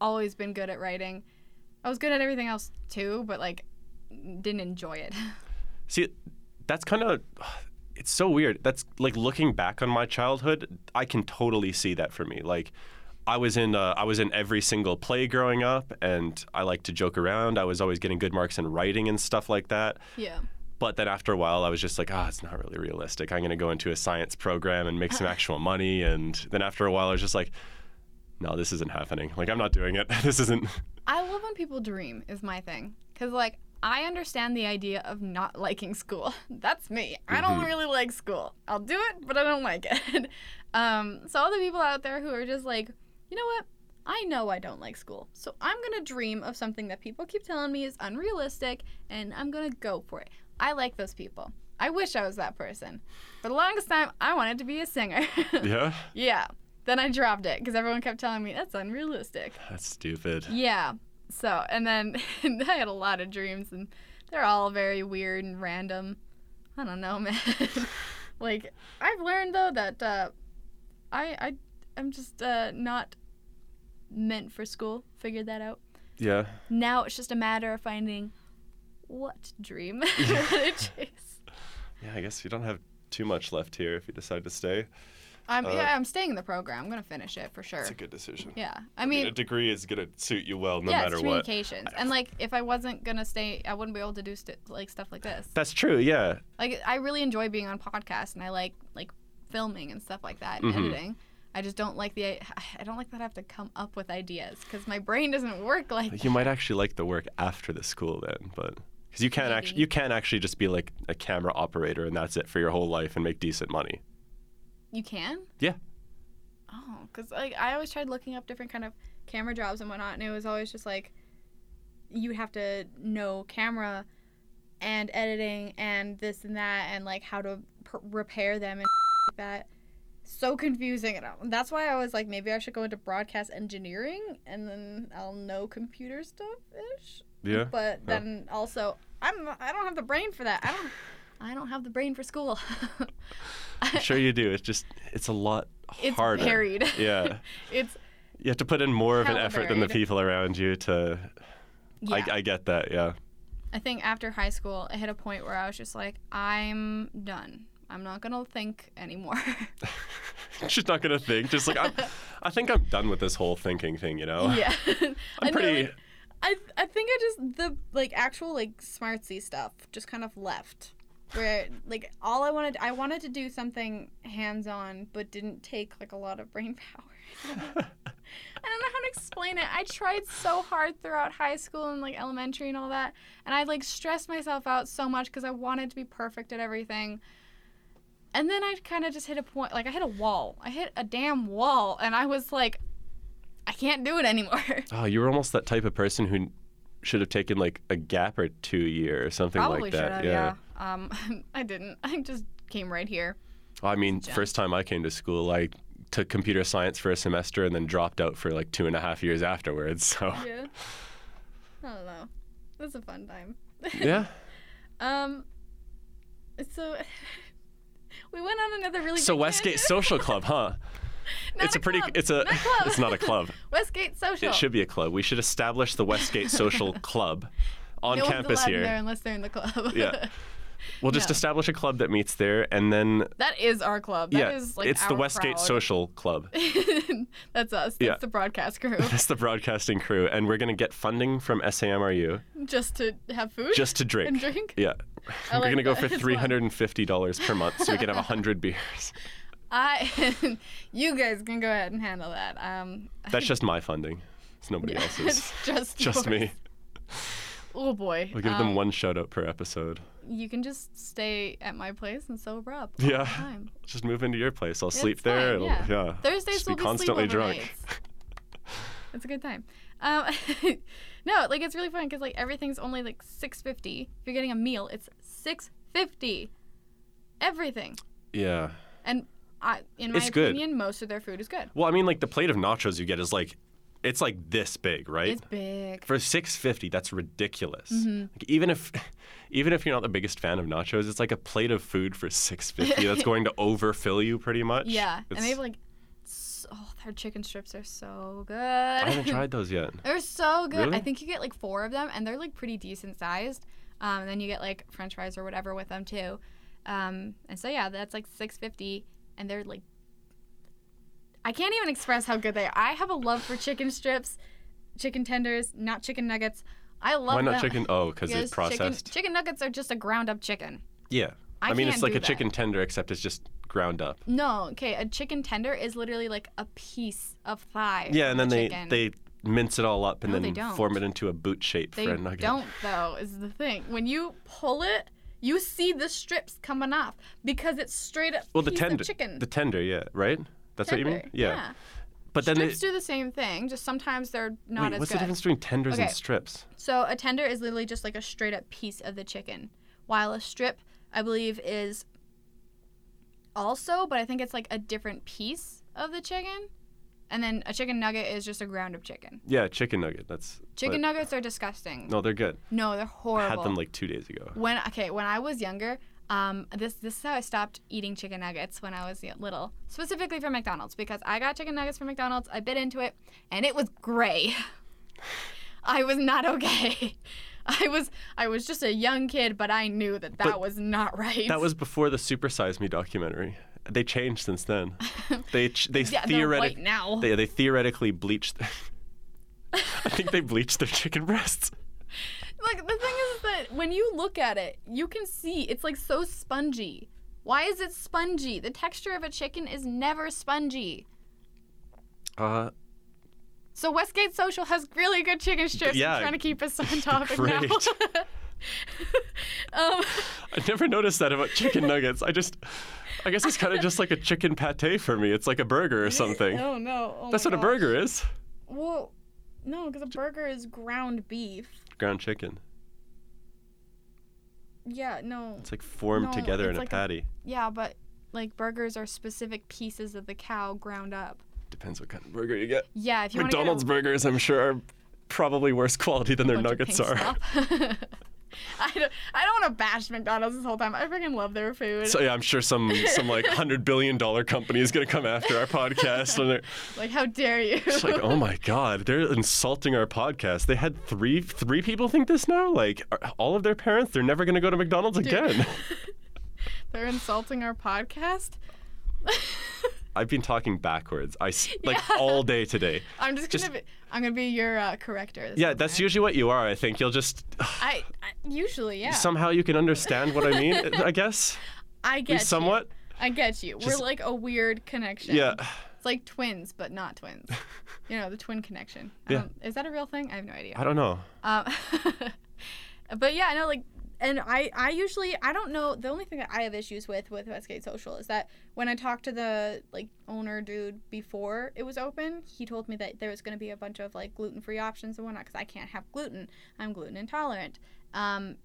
[SPEAKER 2] Always been good at writing. I was good at everything else too, but like didn't enjoy it.
[SPEAKER 1] See, that's kind of it's so weird. That's like looking back on my childhood, I can totally see that for me. Like I was in uh, I was in every single play growing up and I like to joke around. I was always getting good marks in writing and stuff like that.
[SPEAKER 2] yeah.
[SPEAKER 1] But then after a while, I was just like, ah, it's not really realistic. I'm going to go into a science program and make some actual money. And then after a while, I was just like, no, this isn't happening. Like, I'm not doing it. This isn't.
[SPEAKER 2] I love when people dream is my thing cuz like I understand the idea of not liking school. That's me. I don't really like school. I'll do it, but I don't like it. um, so all the people out there who are just like, you know what? I know I don't like school. So I'm going to dream of something that people keep telling me is unrealistic and I'm going to go for it. I like those people. I wish I was that person. For the longest time, I wanted to be a singer.
[SPEAKER 1] Yeah?
[SPEAKER 2] yeah. Then I dropped it because everyone kept telling me that's unrealistic.
[SPEAKER 1] That's stupid.
[SPEAKER 2] Yeah. So, and then I had a lot of dreams, and they're all very weird and random. I don't know, man. like, I've learned though that uh, I I I'm just uh, not meant for school. Figured that out.
[SPEAKER 1] Yeah.
[SPEAKER 2] Now it's just a matter of finding what dream to chase.
[SPEAKER 1] Yeah, I guess we don't have too much left here if you decide to stay.
[SPEAKER 2] I'm yeah, I'm staying in the program. I'm gonna finish it for sure.
[SPEAKER 1] Uh, It's a good decision.
[SPEAKER 2] yeah, I
[SPEAKER 1] I mean,
[SPEAKER 2] mean,
[SPEAKER 1] a degree is going to suit you well no
[SPEAKER 2] yeah,
[SPEAKER 1] matter
[SPEAKER 2] it's
[SPEAKER 1] what.
[SPEAKER 2] communications, and like if I wasn't gonna stay, I wouldn't be able to do st- like stuff like this.
[SPEAKER 1] That's true, yeah.
[SPEAKER 2] like I really enjoy being on podcasts and I like like filming and stuff like that and editing. I just don't like the I don't like that I have to come up with ideas because my brain doesn't work like
[SPEAKER 1] You might actually like the work after the school then, but. Because you can actually you can actually just be like a camera operator and that's it for your whole life and make decent money.
[SPEAKER 2] you can.
[SPEAKER 1] Yeah,
[SPEAKER 2] Oh, because like I always tried looking up different kind of camera jobs and whatnot, and it was always just like you have to know camera and editing and this and that and like how to p- repair them and like that. So confusing. And I- that's why I was like, maybe I should go into broadcast engineering and then I'll know computer stuff ish.
[SPEAKER 1] Yeah,
[SPEAKER 2] But
[SPEAKER 1] yeah.
[SPEAKER 2] then also, I'm I don't have the brain for that. I don't. I don't have the brain for school.
[SPEAKER 1] I'm sure you do. It's just it's a lot
[SPEAKER 2] It's
[SPEAKER 1] harder.
[SPEAKER 2] buried.
[SPEAKER 1] Yeah,
[SPEAKER 2] it's
[SPEAKER 1] you have to put in more of an
[SPEAKER 2] Hella
[SPEAKER 1] effort than the
[SPEAKER 2] buried.
[SPEAKER 1] people around you to.
[SPEAKER 2] yeah.
[SPEAKER 1] I, I get that. Yeah.
[SPEAKER 2] I think after high school, I hit a point where I was just like, I'm done. I'm not gonna think anymore.
[SPEAKER 1] She's not gonna think. Just like I'm, I think I'm done with this whole thinking thing. You know.
[SPEAKER 2] yeah,
[SPEAKER 1] I'm
[SPEAKER 2] And then,
[SPEAKER 1] pretty.
[SPEAKER 2] like, I I think I just the like actual like smartsy stuff just kind of left. Where like all I wanted, I wanted to do something hands on, but didn't take like a lot of brain power. I don't know how to explain it. I tried so hard throughout high school and like elementary and all that, and I like stressed myself out so much because I wanted to be perfect at everything. And then I kind of just hit a point, like I hit a wall. I hit a damn wall, and I was like, I can't do it anymore.
[SPEAKER 1] oh, you were almost that type of person who should have taken like a gap or two year or something
[SPEAKER 2] Probably
[SPEAKER 1] like that.
[SPEAKER 2] should have, yeah. Um, I didn't. I just came right here.
[SPEAKER 1] I mean, first time I came to school, I took computer science for a semester and then dropped out for like two and a half years afterwards. So
[SPEAKER 2] Yeah. I don't know. It was a fun time.
[SPEAKER 1] yeah.
[SPEAKER 2] Um, so we went on another really.
[SPEAKER 1] So
[SPEAKER 2] big
[SPEAKER 1] Westgate
[SPEAKER 2] tangent.
[SPEAKER 1] Social Club, huh?
[SPEAKER 2] Not
[SPEAKER 1] it's a pretty.
[SPEAKER 2] club.
[SPEAKER 1] It's a.
[SPEAKER 2] Not club.
[SPEAKER 1] It's not a club.
[SPEAKER 2] Westgate Social.
[SPEAKER 1] It should be a club. We should establish the Westgate Social Club on
[SPEAKER 2] no
[SPEAKER 1] campus
[SPEAKER 2] one's allowed in
[SPEAKER 1] here.
[SPEAKER 2] there unless they're in the club.
[SPEAKER 1] Yeah. We'll just
[SPEAKER 2] No.
[SPEAKER 1] establish a club that meets there, and then
[SPEAKER 2] that is our club. That
[SPEAKER 1] yeah,
[SPEAKER 2] is like
[SPEAKER 1] it's the
[SPEAKER 2] our
[SPEAKER 1] Westgate
[SPEAKER 2] crowd.
[SPEAKER 1] Social Club.
[SPEAKER 2] That's us. That's
[SPEAKER 1] Yeah.
[SPEAKER 2] the broadcast crew.
[SPEAKER 1] That's the broadcasting crew, and we're gonna get funding from SAMRU
[SPEAKER 2] just to have food.
[SPEAKER 1] just to drink.
[SPEAKER 2] And drink?
[SPEAKER 1] Yeah,
[SPEAKER 2] I
[SPEAKER 1] we're
[SPEAKER 2] like
[SPEAKER 1] gonna go
[SPEAKER 2] that.
[SPEAKER 1] for
[SPEAKER 2] It's fun.
[SPEAKER 1] three hundred and fifty dollars per month, so we can have hundred beers.
[SPEAKER 2] I, you guys can go ahead and handle that. Um,
[SPEAKER 1] That's just my funding. It's nobody else's.
[SPEAKER 2] it's just
[SPEAKER 1] Just
[SPEAKER 2] yours.
[SPEAKER 1] me.
[SPEAKER 2] Oh boy.
[SPEAKER 1] I'll give
[SPEAKER 2] Um,
[SPEAKER 1] them one shout out per episode.
[SPEAKER 2] You can just stay at my place and sober up. all the
[SPEAKER 1] Yeah.
[SPEAKER 2] time.
[SPEAKER 1] Just move into your place. I'll
[SPEAKER 2] It's
[SPEAKER 1] sleep there.
[SPEAKER 2] fine,
[SPEAKER 1] It'll-
[SPEAKER 2] yeah. Thursdays
[SPEAKER 1] just
[SPEAKER 2] will
[SPEAKER 1] be
[SPEAKER 2] be
[SPEAKER 1] constantly drunk.
[SPEAKER 2] sleepovers. It's a good time. Um, no, like it's really fun because like everything's only like six fifty. If you're getting a meal, it's six fifty. Everything.
[SPEAKER 1] Yeah.
[SPEAKER 2] And I, in my
[SPEAKER 1] It's good.
[SPEAKER 2] opinion, most of their food is good.
[SPEAKER 1] Well, I mean, like the plate of nachos you get is like, it's like this big, right?
[SPEAKER 2] It's big.
[SPEAKER 1] For six fifty, that's ridiculous.
[SPEAKER 2] Mm-hmm.
[SPEAKER 1] Like, even if, even if you're not the biggest fan of nachos, it's like a plate of food for six fifty that's going to overfill you pretty much.
[SPEAKER 2] Yeah, and
[SPEAKER 1] It's-
[SPEAKER 2] they have like, s oh, their chicken strips are so good.
[SPEAKER 1] I haven't tried those yet.
[SPEAKER 2] They're so good.
[SPEAKER 1] Really?
[SPEAKER 2] I think you get like four of them, and they're like pretty decent sized. Um, and then you get like French fries or whatever with them too. Um, and so yeah, that's like six fifty, and they're like. I can't even express how good they are. I have a love for chicken strips, chicken tenders, not chicken nuggets. I love
[SPEAKER 1] Why not
[SPEAKER 2] them.
[SPEAKER 1] chicken? Oh, because
[SPEAKER 2] Because
[SPEAKER 1] it's processed.
[SPEAKER 2] Chicken, chicken nuggets are just a ground up chicken.
[SPEAKER 1] Yeah.
[SPEAKER 2] I
[SPEAKER 1] mean,
[SPEAKER 2] can't
[SPEAKER 1] it's like
[SPEAKER 2] do Mm.
[SPEAKER 1] a chicken tender, except it's just ground up.
[SPEAKER 2] No, okay, a chicken tender is literally like a piece of thigh.
[SPEAKER 1] Yeah,
[SPEAKER 2] of
[SPEAKER 1] and
[SPEAKER 2] the
[SPEAKER 1] then they
[SPEAKER 2] chicken.
[SPEAKER 1] they mince it all up and
[SPEAKER 2] No, they
[SPEAKER 1] then
[SPEAKER 2] don't.
[SPEAKER 1] form it into a boot shape
[SPEAKER 2] They
[SPEAKER 1] for a nugget.
[SPEAKER 2] don't though is the thing. When you pull it, you see the strips coming off because it's straight up
[SPEAKER 1] Well, the
[SPEAKER 2] piece
[SPEAKER 1] tender,
[SPEAKER 2] of chicken.
[SPEAKER 1] the tender, yeah, right. That's what you mean.
[SPEAKER 2] Tender,
[SPEAKER 1] Yeah.
[SPEAKER 2] yeah.
[SPEAKER 1] But then
[SPEAKER 2] strips
[SPEAKER 1] it,
[SPEAKER 2] do the same thing, just sometimes they're
[SPEAKER 1] wait,
[SPEAKER 2] not as
[SPEAKER 1] what's the
[SPEAKER 2] good.
[SPEAKER 1] difference between tenders and
[SPEAKER 2] Okay.
[SPEAKER 1] strips?
[SPEAKER 2] So a tender is literally just like a straight up piece of the chicken, while a strip, I believe, is also, but I think it's like a different piece of the chicken. And then a chicken nugget is just a ground up chicken.
[SPEAKER 1] Yeah, chicken nugget. That's
[SPEAKER 2] Chicken
[SPEAKER 1] but-
[SPEAKER 2] nuggets are disgusting.
[SPEAKER 1] No, they're good.
[SPEAKER 2] No, they're
[SPEAKER 1] I
[SPEAKER 2] horrible.
[SPEAKER 1] had them like two days ago.
[SPEAKER 2] when okay when I was younger. Um, this this is how I stopped eating chicken nuggets when I was y- little, specifically from McDonald's because I got chicken nuggets from McDonald's. I bit into it, and it was gray. I was not okay. I was I was just a young kid, but I knew that that
[SPEAKER 1] But
[SPEAKER 2] was not right.
[SPEAKER 1] That was before the Super Size Me documentary. They changed since then. They ch- they
[SPEAKER 2] Yeah, they're white
[SPEAKER 1] theoretically
[SPEAKER 2] now.
[SPEAKER 1] they, they theoretically bleached. I think they bleached their chicken breasts.
[SPEAKER 2] like the thing is that when you look at it, you can see it's like so spongy. Why is it spongy? The texture of a chicken is never spongy.
[SPEAKER 1] Uh,
[SPEAKER 2] So Westgate Social has really good chicken strips.
[SPEAKER 1] yeah,
[SPEAKER 2] I'm trying to keep us on topic
[SPEAKER 1] great.
[SPEAKER 2] now. um,
[SPEAKER 1] I never noticed that about chicken nuggets. I just, I guess it's kind of just like a chicken pate for me. It's like a burger or something.
[SPEAKER 2] oh no. Oh
[SPEAKER 1] That's
[SPEAKER 2] my
[SPEAKER 1] what a
[SPEAKER 2] gosh.
[SPEAKER 1] burger is.
[SPEAKER 2] Well, no, because a burger is ground beef.
[SPEAKER 1] Ground chicken.
[SPEAKER 2] Yeah, no.
[SPEAKER 1] It's like formed
[SPEAKER 2] No,
[SPEAKER 1] together in
[SPEAKER 2] it's
[SPEAKER 1] a
[SPEAKER 2] like a-
[SPEAKER 1] patty.
[SPEAKER 2] Yeah, but like burgers are specific pieces of the cow ground up.
[SPEAKER 1] Depends what kind of burger you get.
[SPEAKER 2] Yeah, if you want to
[SPEAKER 1] McDonald's
[SPEAKER 2] get
[SPEAKER 1] burgers, I'm sure, are probably worse quality than
[SPEAKER 2] a
[SPEAKER 1] their
[SPEAKER 2] bunch of
[SPEAKER 1] nuggets
[SPEAKER 2] pink
[SPEAKER 1] are.
[SPEAKER 2] stuff. I don't, I don't want to bash McDonald's this whole time. I freaking love their food.
[SPEAKER 1] So yeah, I'm sure some some like hundred billion dollar company is gonna come after our podcast, and they're
[SPEAKER 2] like, how dare you?
[SPEAKER 1] it's like, oh my god, they're insulting our podcast. They had three three people think this now. Like are- all of their parents, they're never gonna go to McDonald's again.
[SPEAKER 2] They're insulting our podcast.
[SPEAKER 1] I've been talking backwards. I s- like all day today.
[SPEAKER 2] I'm just gonna
[SPEAKER 1] Just-
[SPEAKER 2] be. I'm gonna be your uh, corrector. this
[SPEAKER 1] Yeah,
[SPEAKER 2] time
[SPEAKER 1] that's
[SPEAKER 2] around.
[SPEAKER 1] usually what you are. I think you'll just
[SPEAKER 2] I, I usually yeah.
[SPEAKER 1] somehow you can understand what I mean. I guess
[SPEAKER 2] I get you.
[SPEAKER 1] somewhat.
[SPEAKER 2] I get you.
[SPEAKER 1] Just-
[SPEAKER 2] We're like a weird connection.
[SPEAKER 1] Yeah.
[SPEAKER 2] It's like twins, but not twins. you know the twin connection. I
[SPEAKER 1] Yeah.
[SPEAKER 2] don't- Is that a real thing? I have no idea.
[SPEAKER 1] I don't know.
[SPEAKER 2] Um, but yeah, I know like, and I I usually I don't know. The only thing that I have issues with with Westgate Social is that when I talked to the like owner dude before it was open, he told me that there was going to be a bunch of like gluten free options and whatnot because I can't have gluten. I'm gluten intolerant. Um,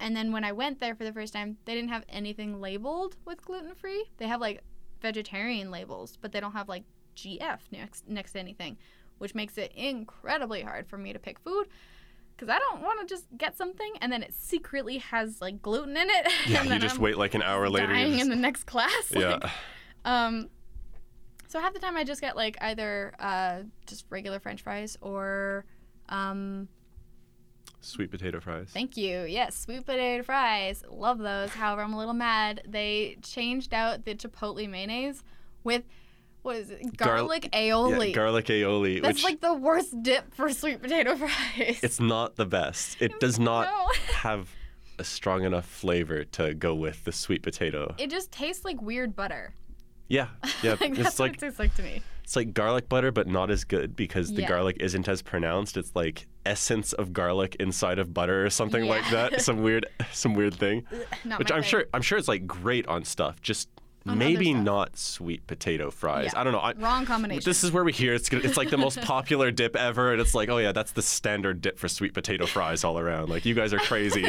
[SPEAKER 2] and then when I went there for the first time, they didn't have anything labeled with gluten free. They have like vegetarian labels, but they don't have like GF next next to anything, which makes it incredibly hard for me to pick food because I don't want to just get something and then it secretly has like gluten in it.
[SPEAKER 1] Yeah,
[SPEAKER 2] and
[SPEAKER 1] you
[SPEAKER 2] then
[SPEAKER 1] just
[SPEAKER 2] I'm
[SPEAKER 1] wait like an hour later.
[SPEAKER 2] dying
[SPEAKER 1] you
[SPEAKER 2] in
[SPEAKER 1] just,
[SPEAKER 2] the next class.
[SPEAKER 1] yeah,
[SPEAKER 2] Like, um, so half the time I just get like either uh, just regular French fries or um,
[SPEAKER 1] sweet potato fries.
[SPEAKER 2] Thank you. Yes, sweet potato fries. Love those. However, I'm a little mad. They changed out the chipotle mayonnaise with what is it?
[SPEAKER 1] Gar-
[SPEAKER 2] Garlic
[SPEAKER 1] Yeah,
[SPEAKER 2] aioli.
[SPEAKER 1] garlic aioli,
[SPEAKER 2] That's
[SPEAKER 1] which
[SPEAKER 2] like the worst dip for sweet potato fries.
[SPEAKER 1] it's not the best. It does not
[SPEAKER 2] No.
[SPEAKER 1] have a strong enough flavor to go with the sweet potato.
[SPEAKER 2] it just tastes like weird butter.
[SPEAKER 1] Yeah, yeah.
[SPEAKER 2] like, that's
[SPEAKER 1] it's
[SPEAKER 2] what
[SPEAKER 1] like
[SPEAKER 2] it tastes like to me.
[SPEAKER 1] it's like garlic butter, but not as good because the
[SPEAKER 2] Yeah.
[SPEAKER 1] garlic isn't as pronounced. It's like essence of garlic inside of butter or something like
[SPEAKER 2] Yeah.
[SPEAKER 1] that. Some weird, some weird thing.
[SPEAKER 2] Not
[SPEAKER 1] Which
[SPEAKER 2] my
[SPEAKER 1] I'm
[SPEAKER 2] thing.
[SPEAKER 1] sure, I'm sure it's like great on stuff. Just
[SPEAKER 2] On other
[SPEAKER 1] maybe
[SPEAKER 2] stuff.
[SPEAKER 1] not sweet potato fries.
[SPEAKER 2] Yeah.
[SPEAKER 1] I don't know. I,
[SPEAKER 2] Wrong combination.
[SPEAKER 1] This is where we hear it's gonna, it's like the most popular dip ever, and it's like, oh yeah, that's the standard dip for sweet potato fries all around. Like you guys are crazy.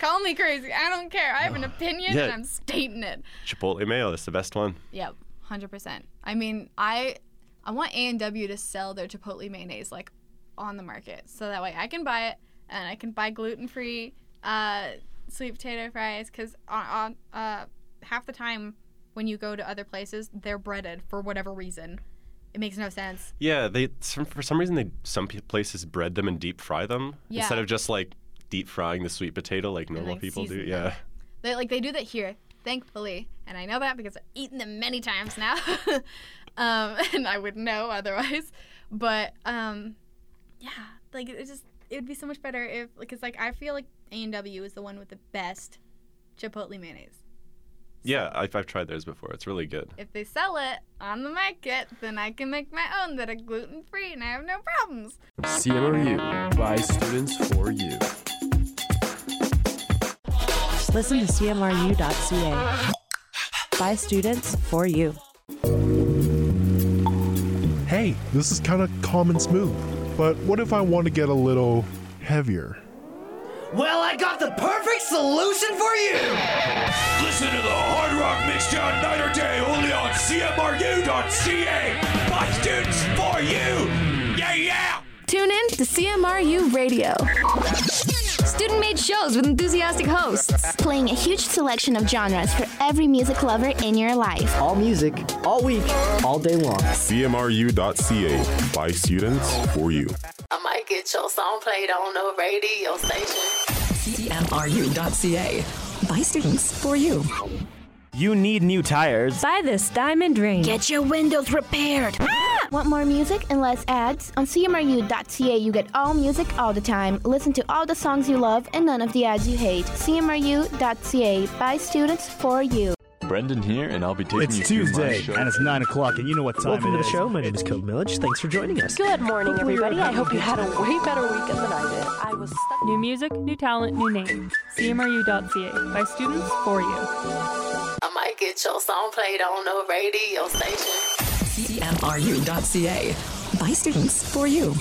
[SPEAKER 2] Call me crazy. I don't care. I have an opinion
[SPEAKER 1] Yeah.
[SPEAKER 2] and I'm stating it.
[SPEAKER 1] Chipotle mayo, that's the best one.
[SPEAKER 2] Yep, hundred percent. I mean, I I want A and W to sell their Chipotle mayonnaise like on the market, so that way I can buy it and I can buy gluten free uh, sweet potato fries because on, on uh, half the time when you go to other places, they're breaded for whatever reason. It makes no sense.
[SPEAKER 1] Yeah, they some, for some reason they some p- places bread them and deep fry them
[SPEAKER 2] Yeah.
[SPEAKER 1] instead of just like deep frying the sweet potato like normal
[SPEAKER 2] like,
[SPEAKER 1] people do.
[SPEAKER 2] season
[SPEAKER 1] Yeah,
[SPEAKER 2] They like they do that here, thankfully, and I know that because I've eaten them many times now, um, and I would know otherwise. But um, yeah, like it it just it would be so much better if because like I feel like A and W is the one with the best chipotle mayonnaise.
[SPEAKER 1] yeah, I've, I've tried theirs before. It's really good.
[SPEAKER 2] If they sell it on the market, then I can make my own that are gluten free and I have no problems.
[SPEAKER 11] CMRU by students for you.
[SPEAKER 12] Listen to cmru.ca. By students for you.
[SPEAKER 5] Hey, this is kind of common smooth, but what if I want to get a little heavier?
[SPEAKER 6] Well, I got the perfect solution for you!
[SPEAKER 7] Listen to the Hard Rock Mixdown Night or Day only on CMRU.ca. By students for you. Yeah, yeah.
[SPEAKER 13] Tune in to CMRU Radio. Student made shows with enthusiastic hosts.
[SPEAKER 9] Playing a huge selection of genres for every music lover in your life.
[SPEAKER 6] All music, all week, all day long.
[SPEAKER 10] CMRU.ca by students for you.
[SPEAKER 3] I might get your song played on the radio station.
[SPEAKER 4] CMRU.ca. By students for you.
[SPEAKER 14] You need new tires.
[SPEAKER 9] Buy this diamond ring. Get your windows repaired. Ah! Want more music and less ads? On CMRU.ca, you get all music all the time. Listen to all the songs you love and none of the ads you hate. CMRU.ca by students for you.
[SPEAKER 15] Brendan here, and I'll be taking
[SPEAKER 16] It's
[SPEAKER 15] you through my
[SPEAKER 16] Tuesday,
[SPEAKER 15] show.
[SPEAKER 16] and it's 9 o'clock, and you know what time
[SPEAKER 15] Welcome
[SPEAKER 16] it
[SPEAKER 15] to the
[SPEAKER 16] is.
[SPEAKER 15] show.
[SPEAKER 16] My name is Code Millage. Thanks for joining us.
[SPEAKER 8] Good morning, everybody. I hope you had a way better weekend than I did. I was stuck.
[SPEAKER 17] New music, new talent, new name. CMRU.ca by students for you.
[SPEAKER 3] I might get your song played on the radio station.
[SPEAKER 4] CMRU.ca. By students for you.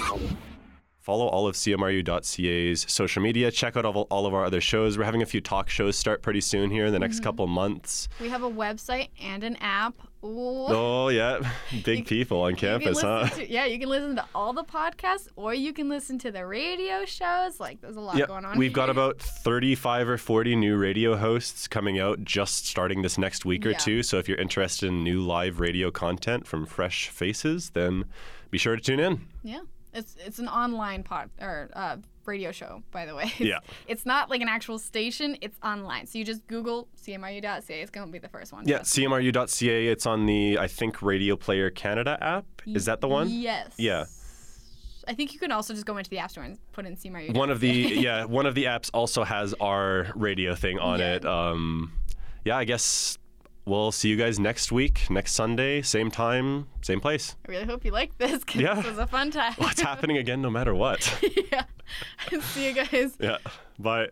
[SPEAKER 1] Follow all of CMRU.ca's social media. Check out all, all of our other shows. We're having a few talk shows start pretty soon here in the
[SPEAKER 2] Mm-hmm.
[SPEAKER 1] next couple months.
[SPEAKER 2] We have a website and an app. Ooh.
[SPEAKER 1] Oh yeah, big people on
[SPEAKER 2] You can
[SPEAKER 1] campus,
[SPEAKER 2] listen
[SPEAKER 1] huh?
[SPEAKER 2] to- yeah, you can listen to all the podcasts, or you can listen to the radio shows. Like, there's a lot going on.
[SPEAKER 1] We've got about 35 or 40 new radio hosts coming out just starting this next week or
[SPEAKER 2] Yeah.
[SPEAKER 1] two. So if you're interested in new live radio content from fresh faces, then be sure to tune in.
[SPEAKER 2] yeah, it's it's an online pod or uh, radio show, by the way.
[SPEAKER 1] Yeah.
[SPEAKER 2] it's not like an actual station; it's online. So you just Google CMRU.ca. It's gonna be the first one.
[SPEAKER 1] Yeah, cmru.ca. It's on the, I think, Radio Player Canada app. Is that the one?
[SPEAKER 2] Yes.
[SPEAKER 1] Yeah.
[SPEAKER 2] I think you can also just go into the app store and put in CMRU.
[SPEAKER 1] One of the yeah, one of the apps also has our radio thing on it. Um, yeah, I guess we'll see you guys next week, next Sunday, same time, same place.
[SPEAKER 2] I really hope you like this because
[SPEAKER 1] Yeah.
[SPEAKER 2] this was a fun time.
[SPEAKER 1] Well, it's happening again no matter what.
[SPEAKER 2] See you guys.
[SPEAKER 1] yeah. Bye.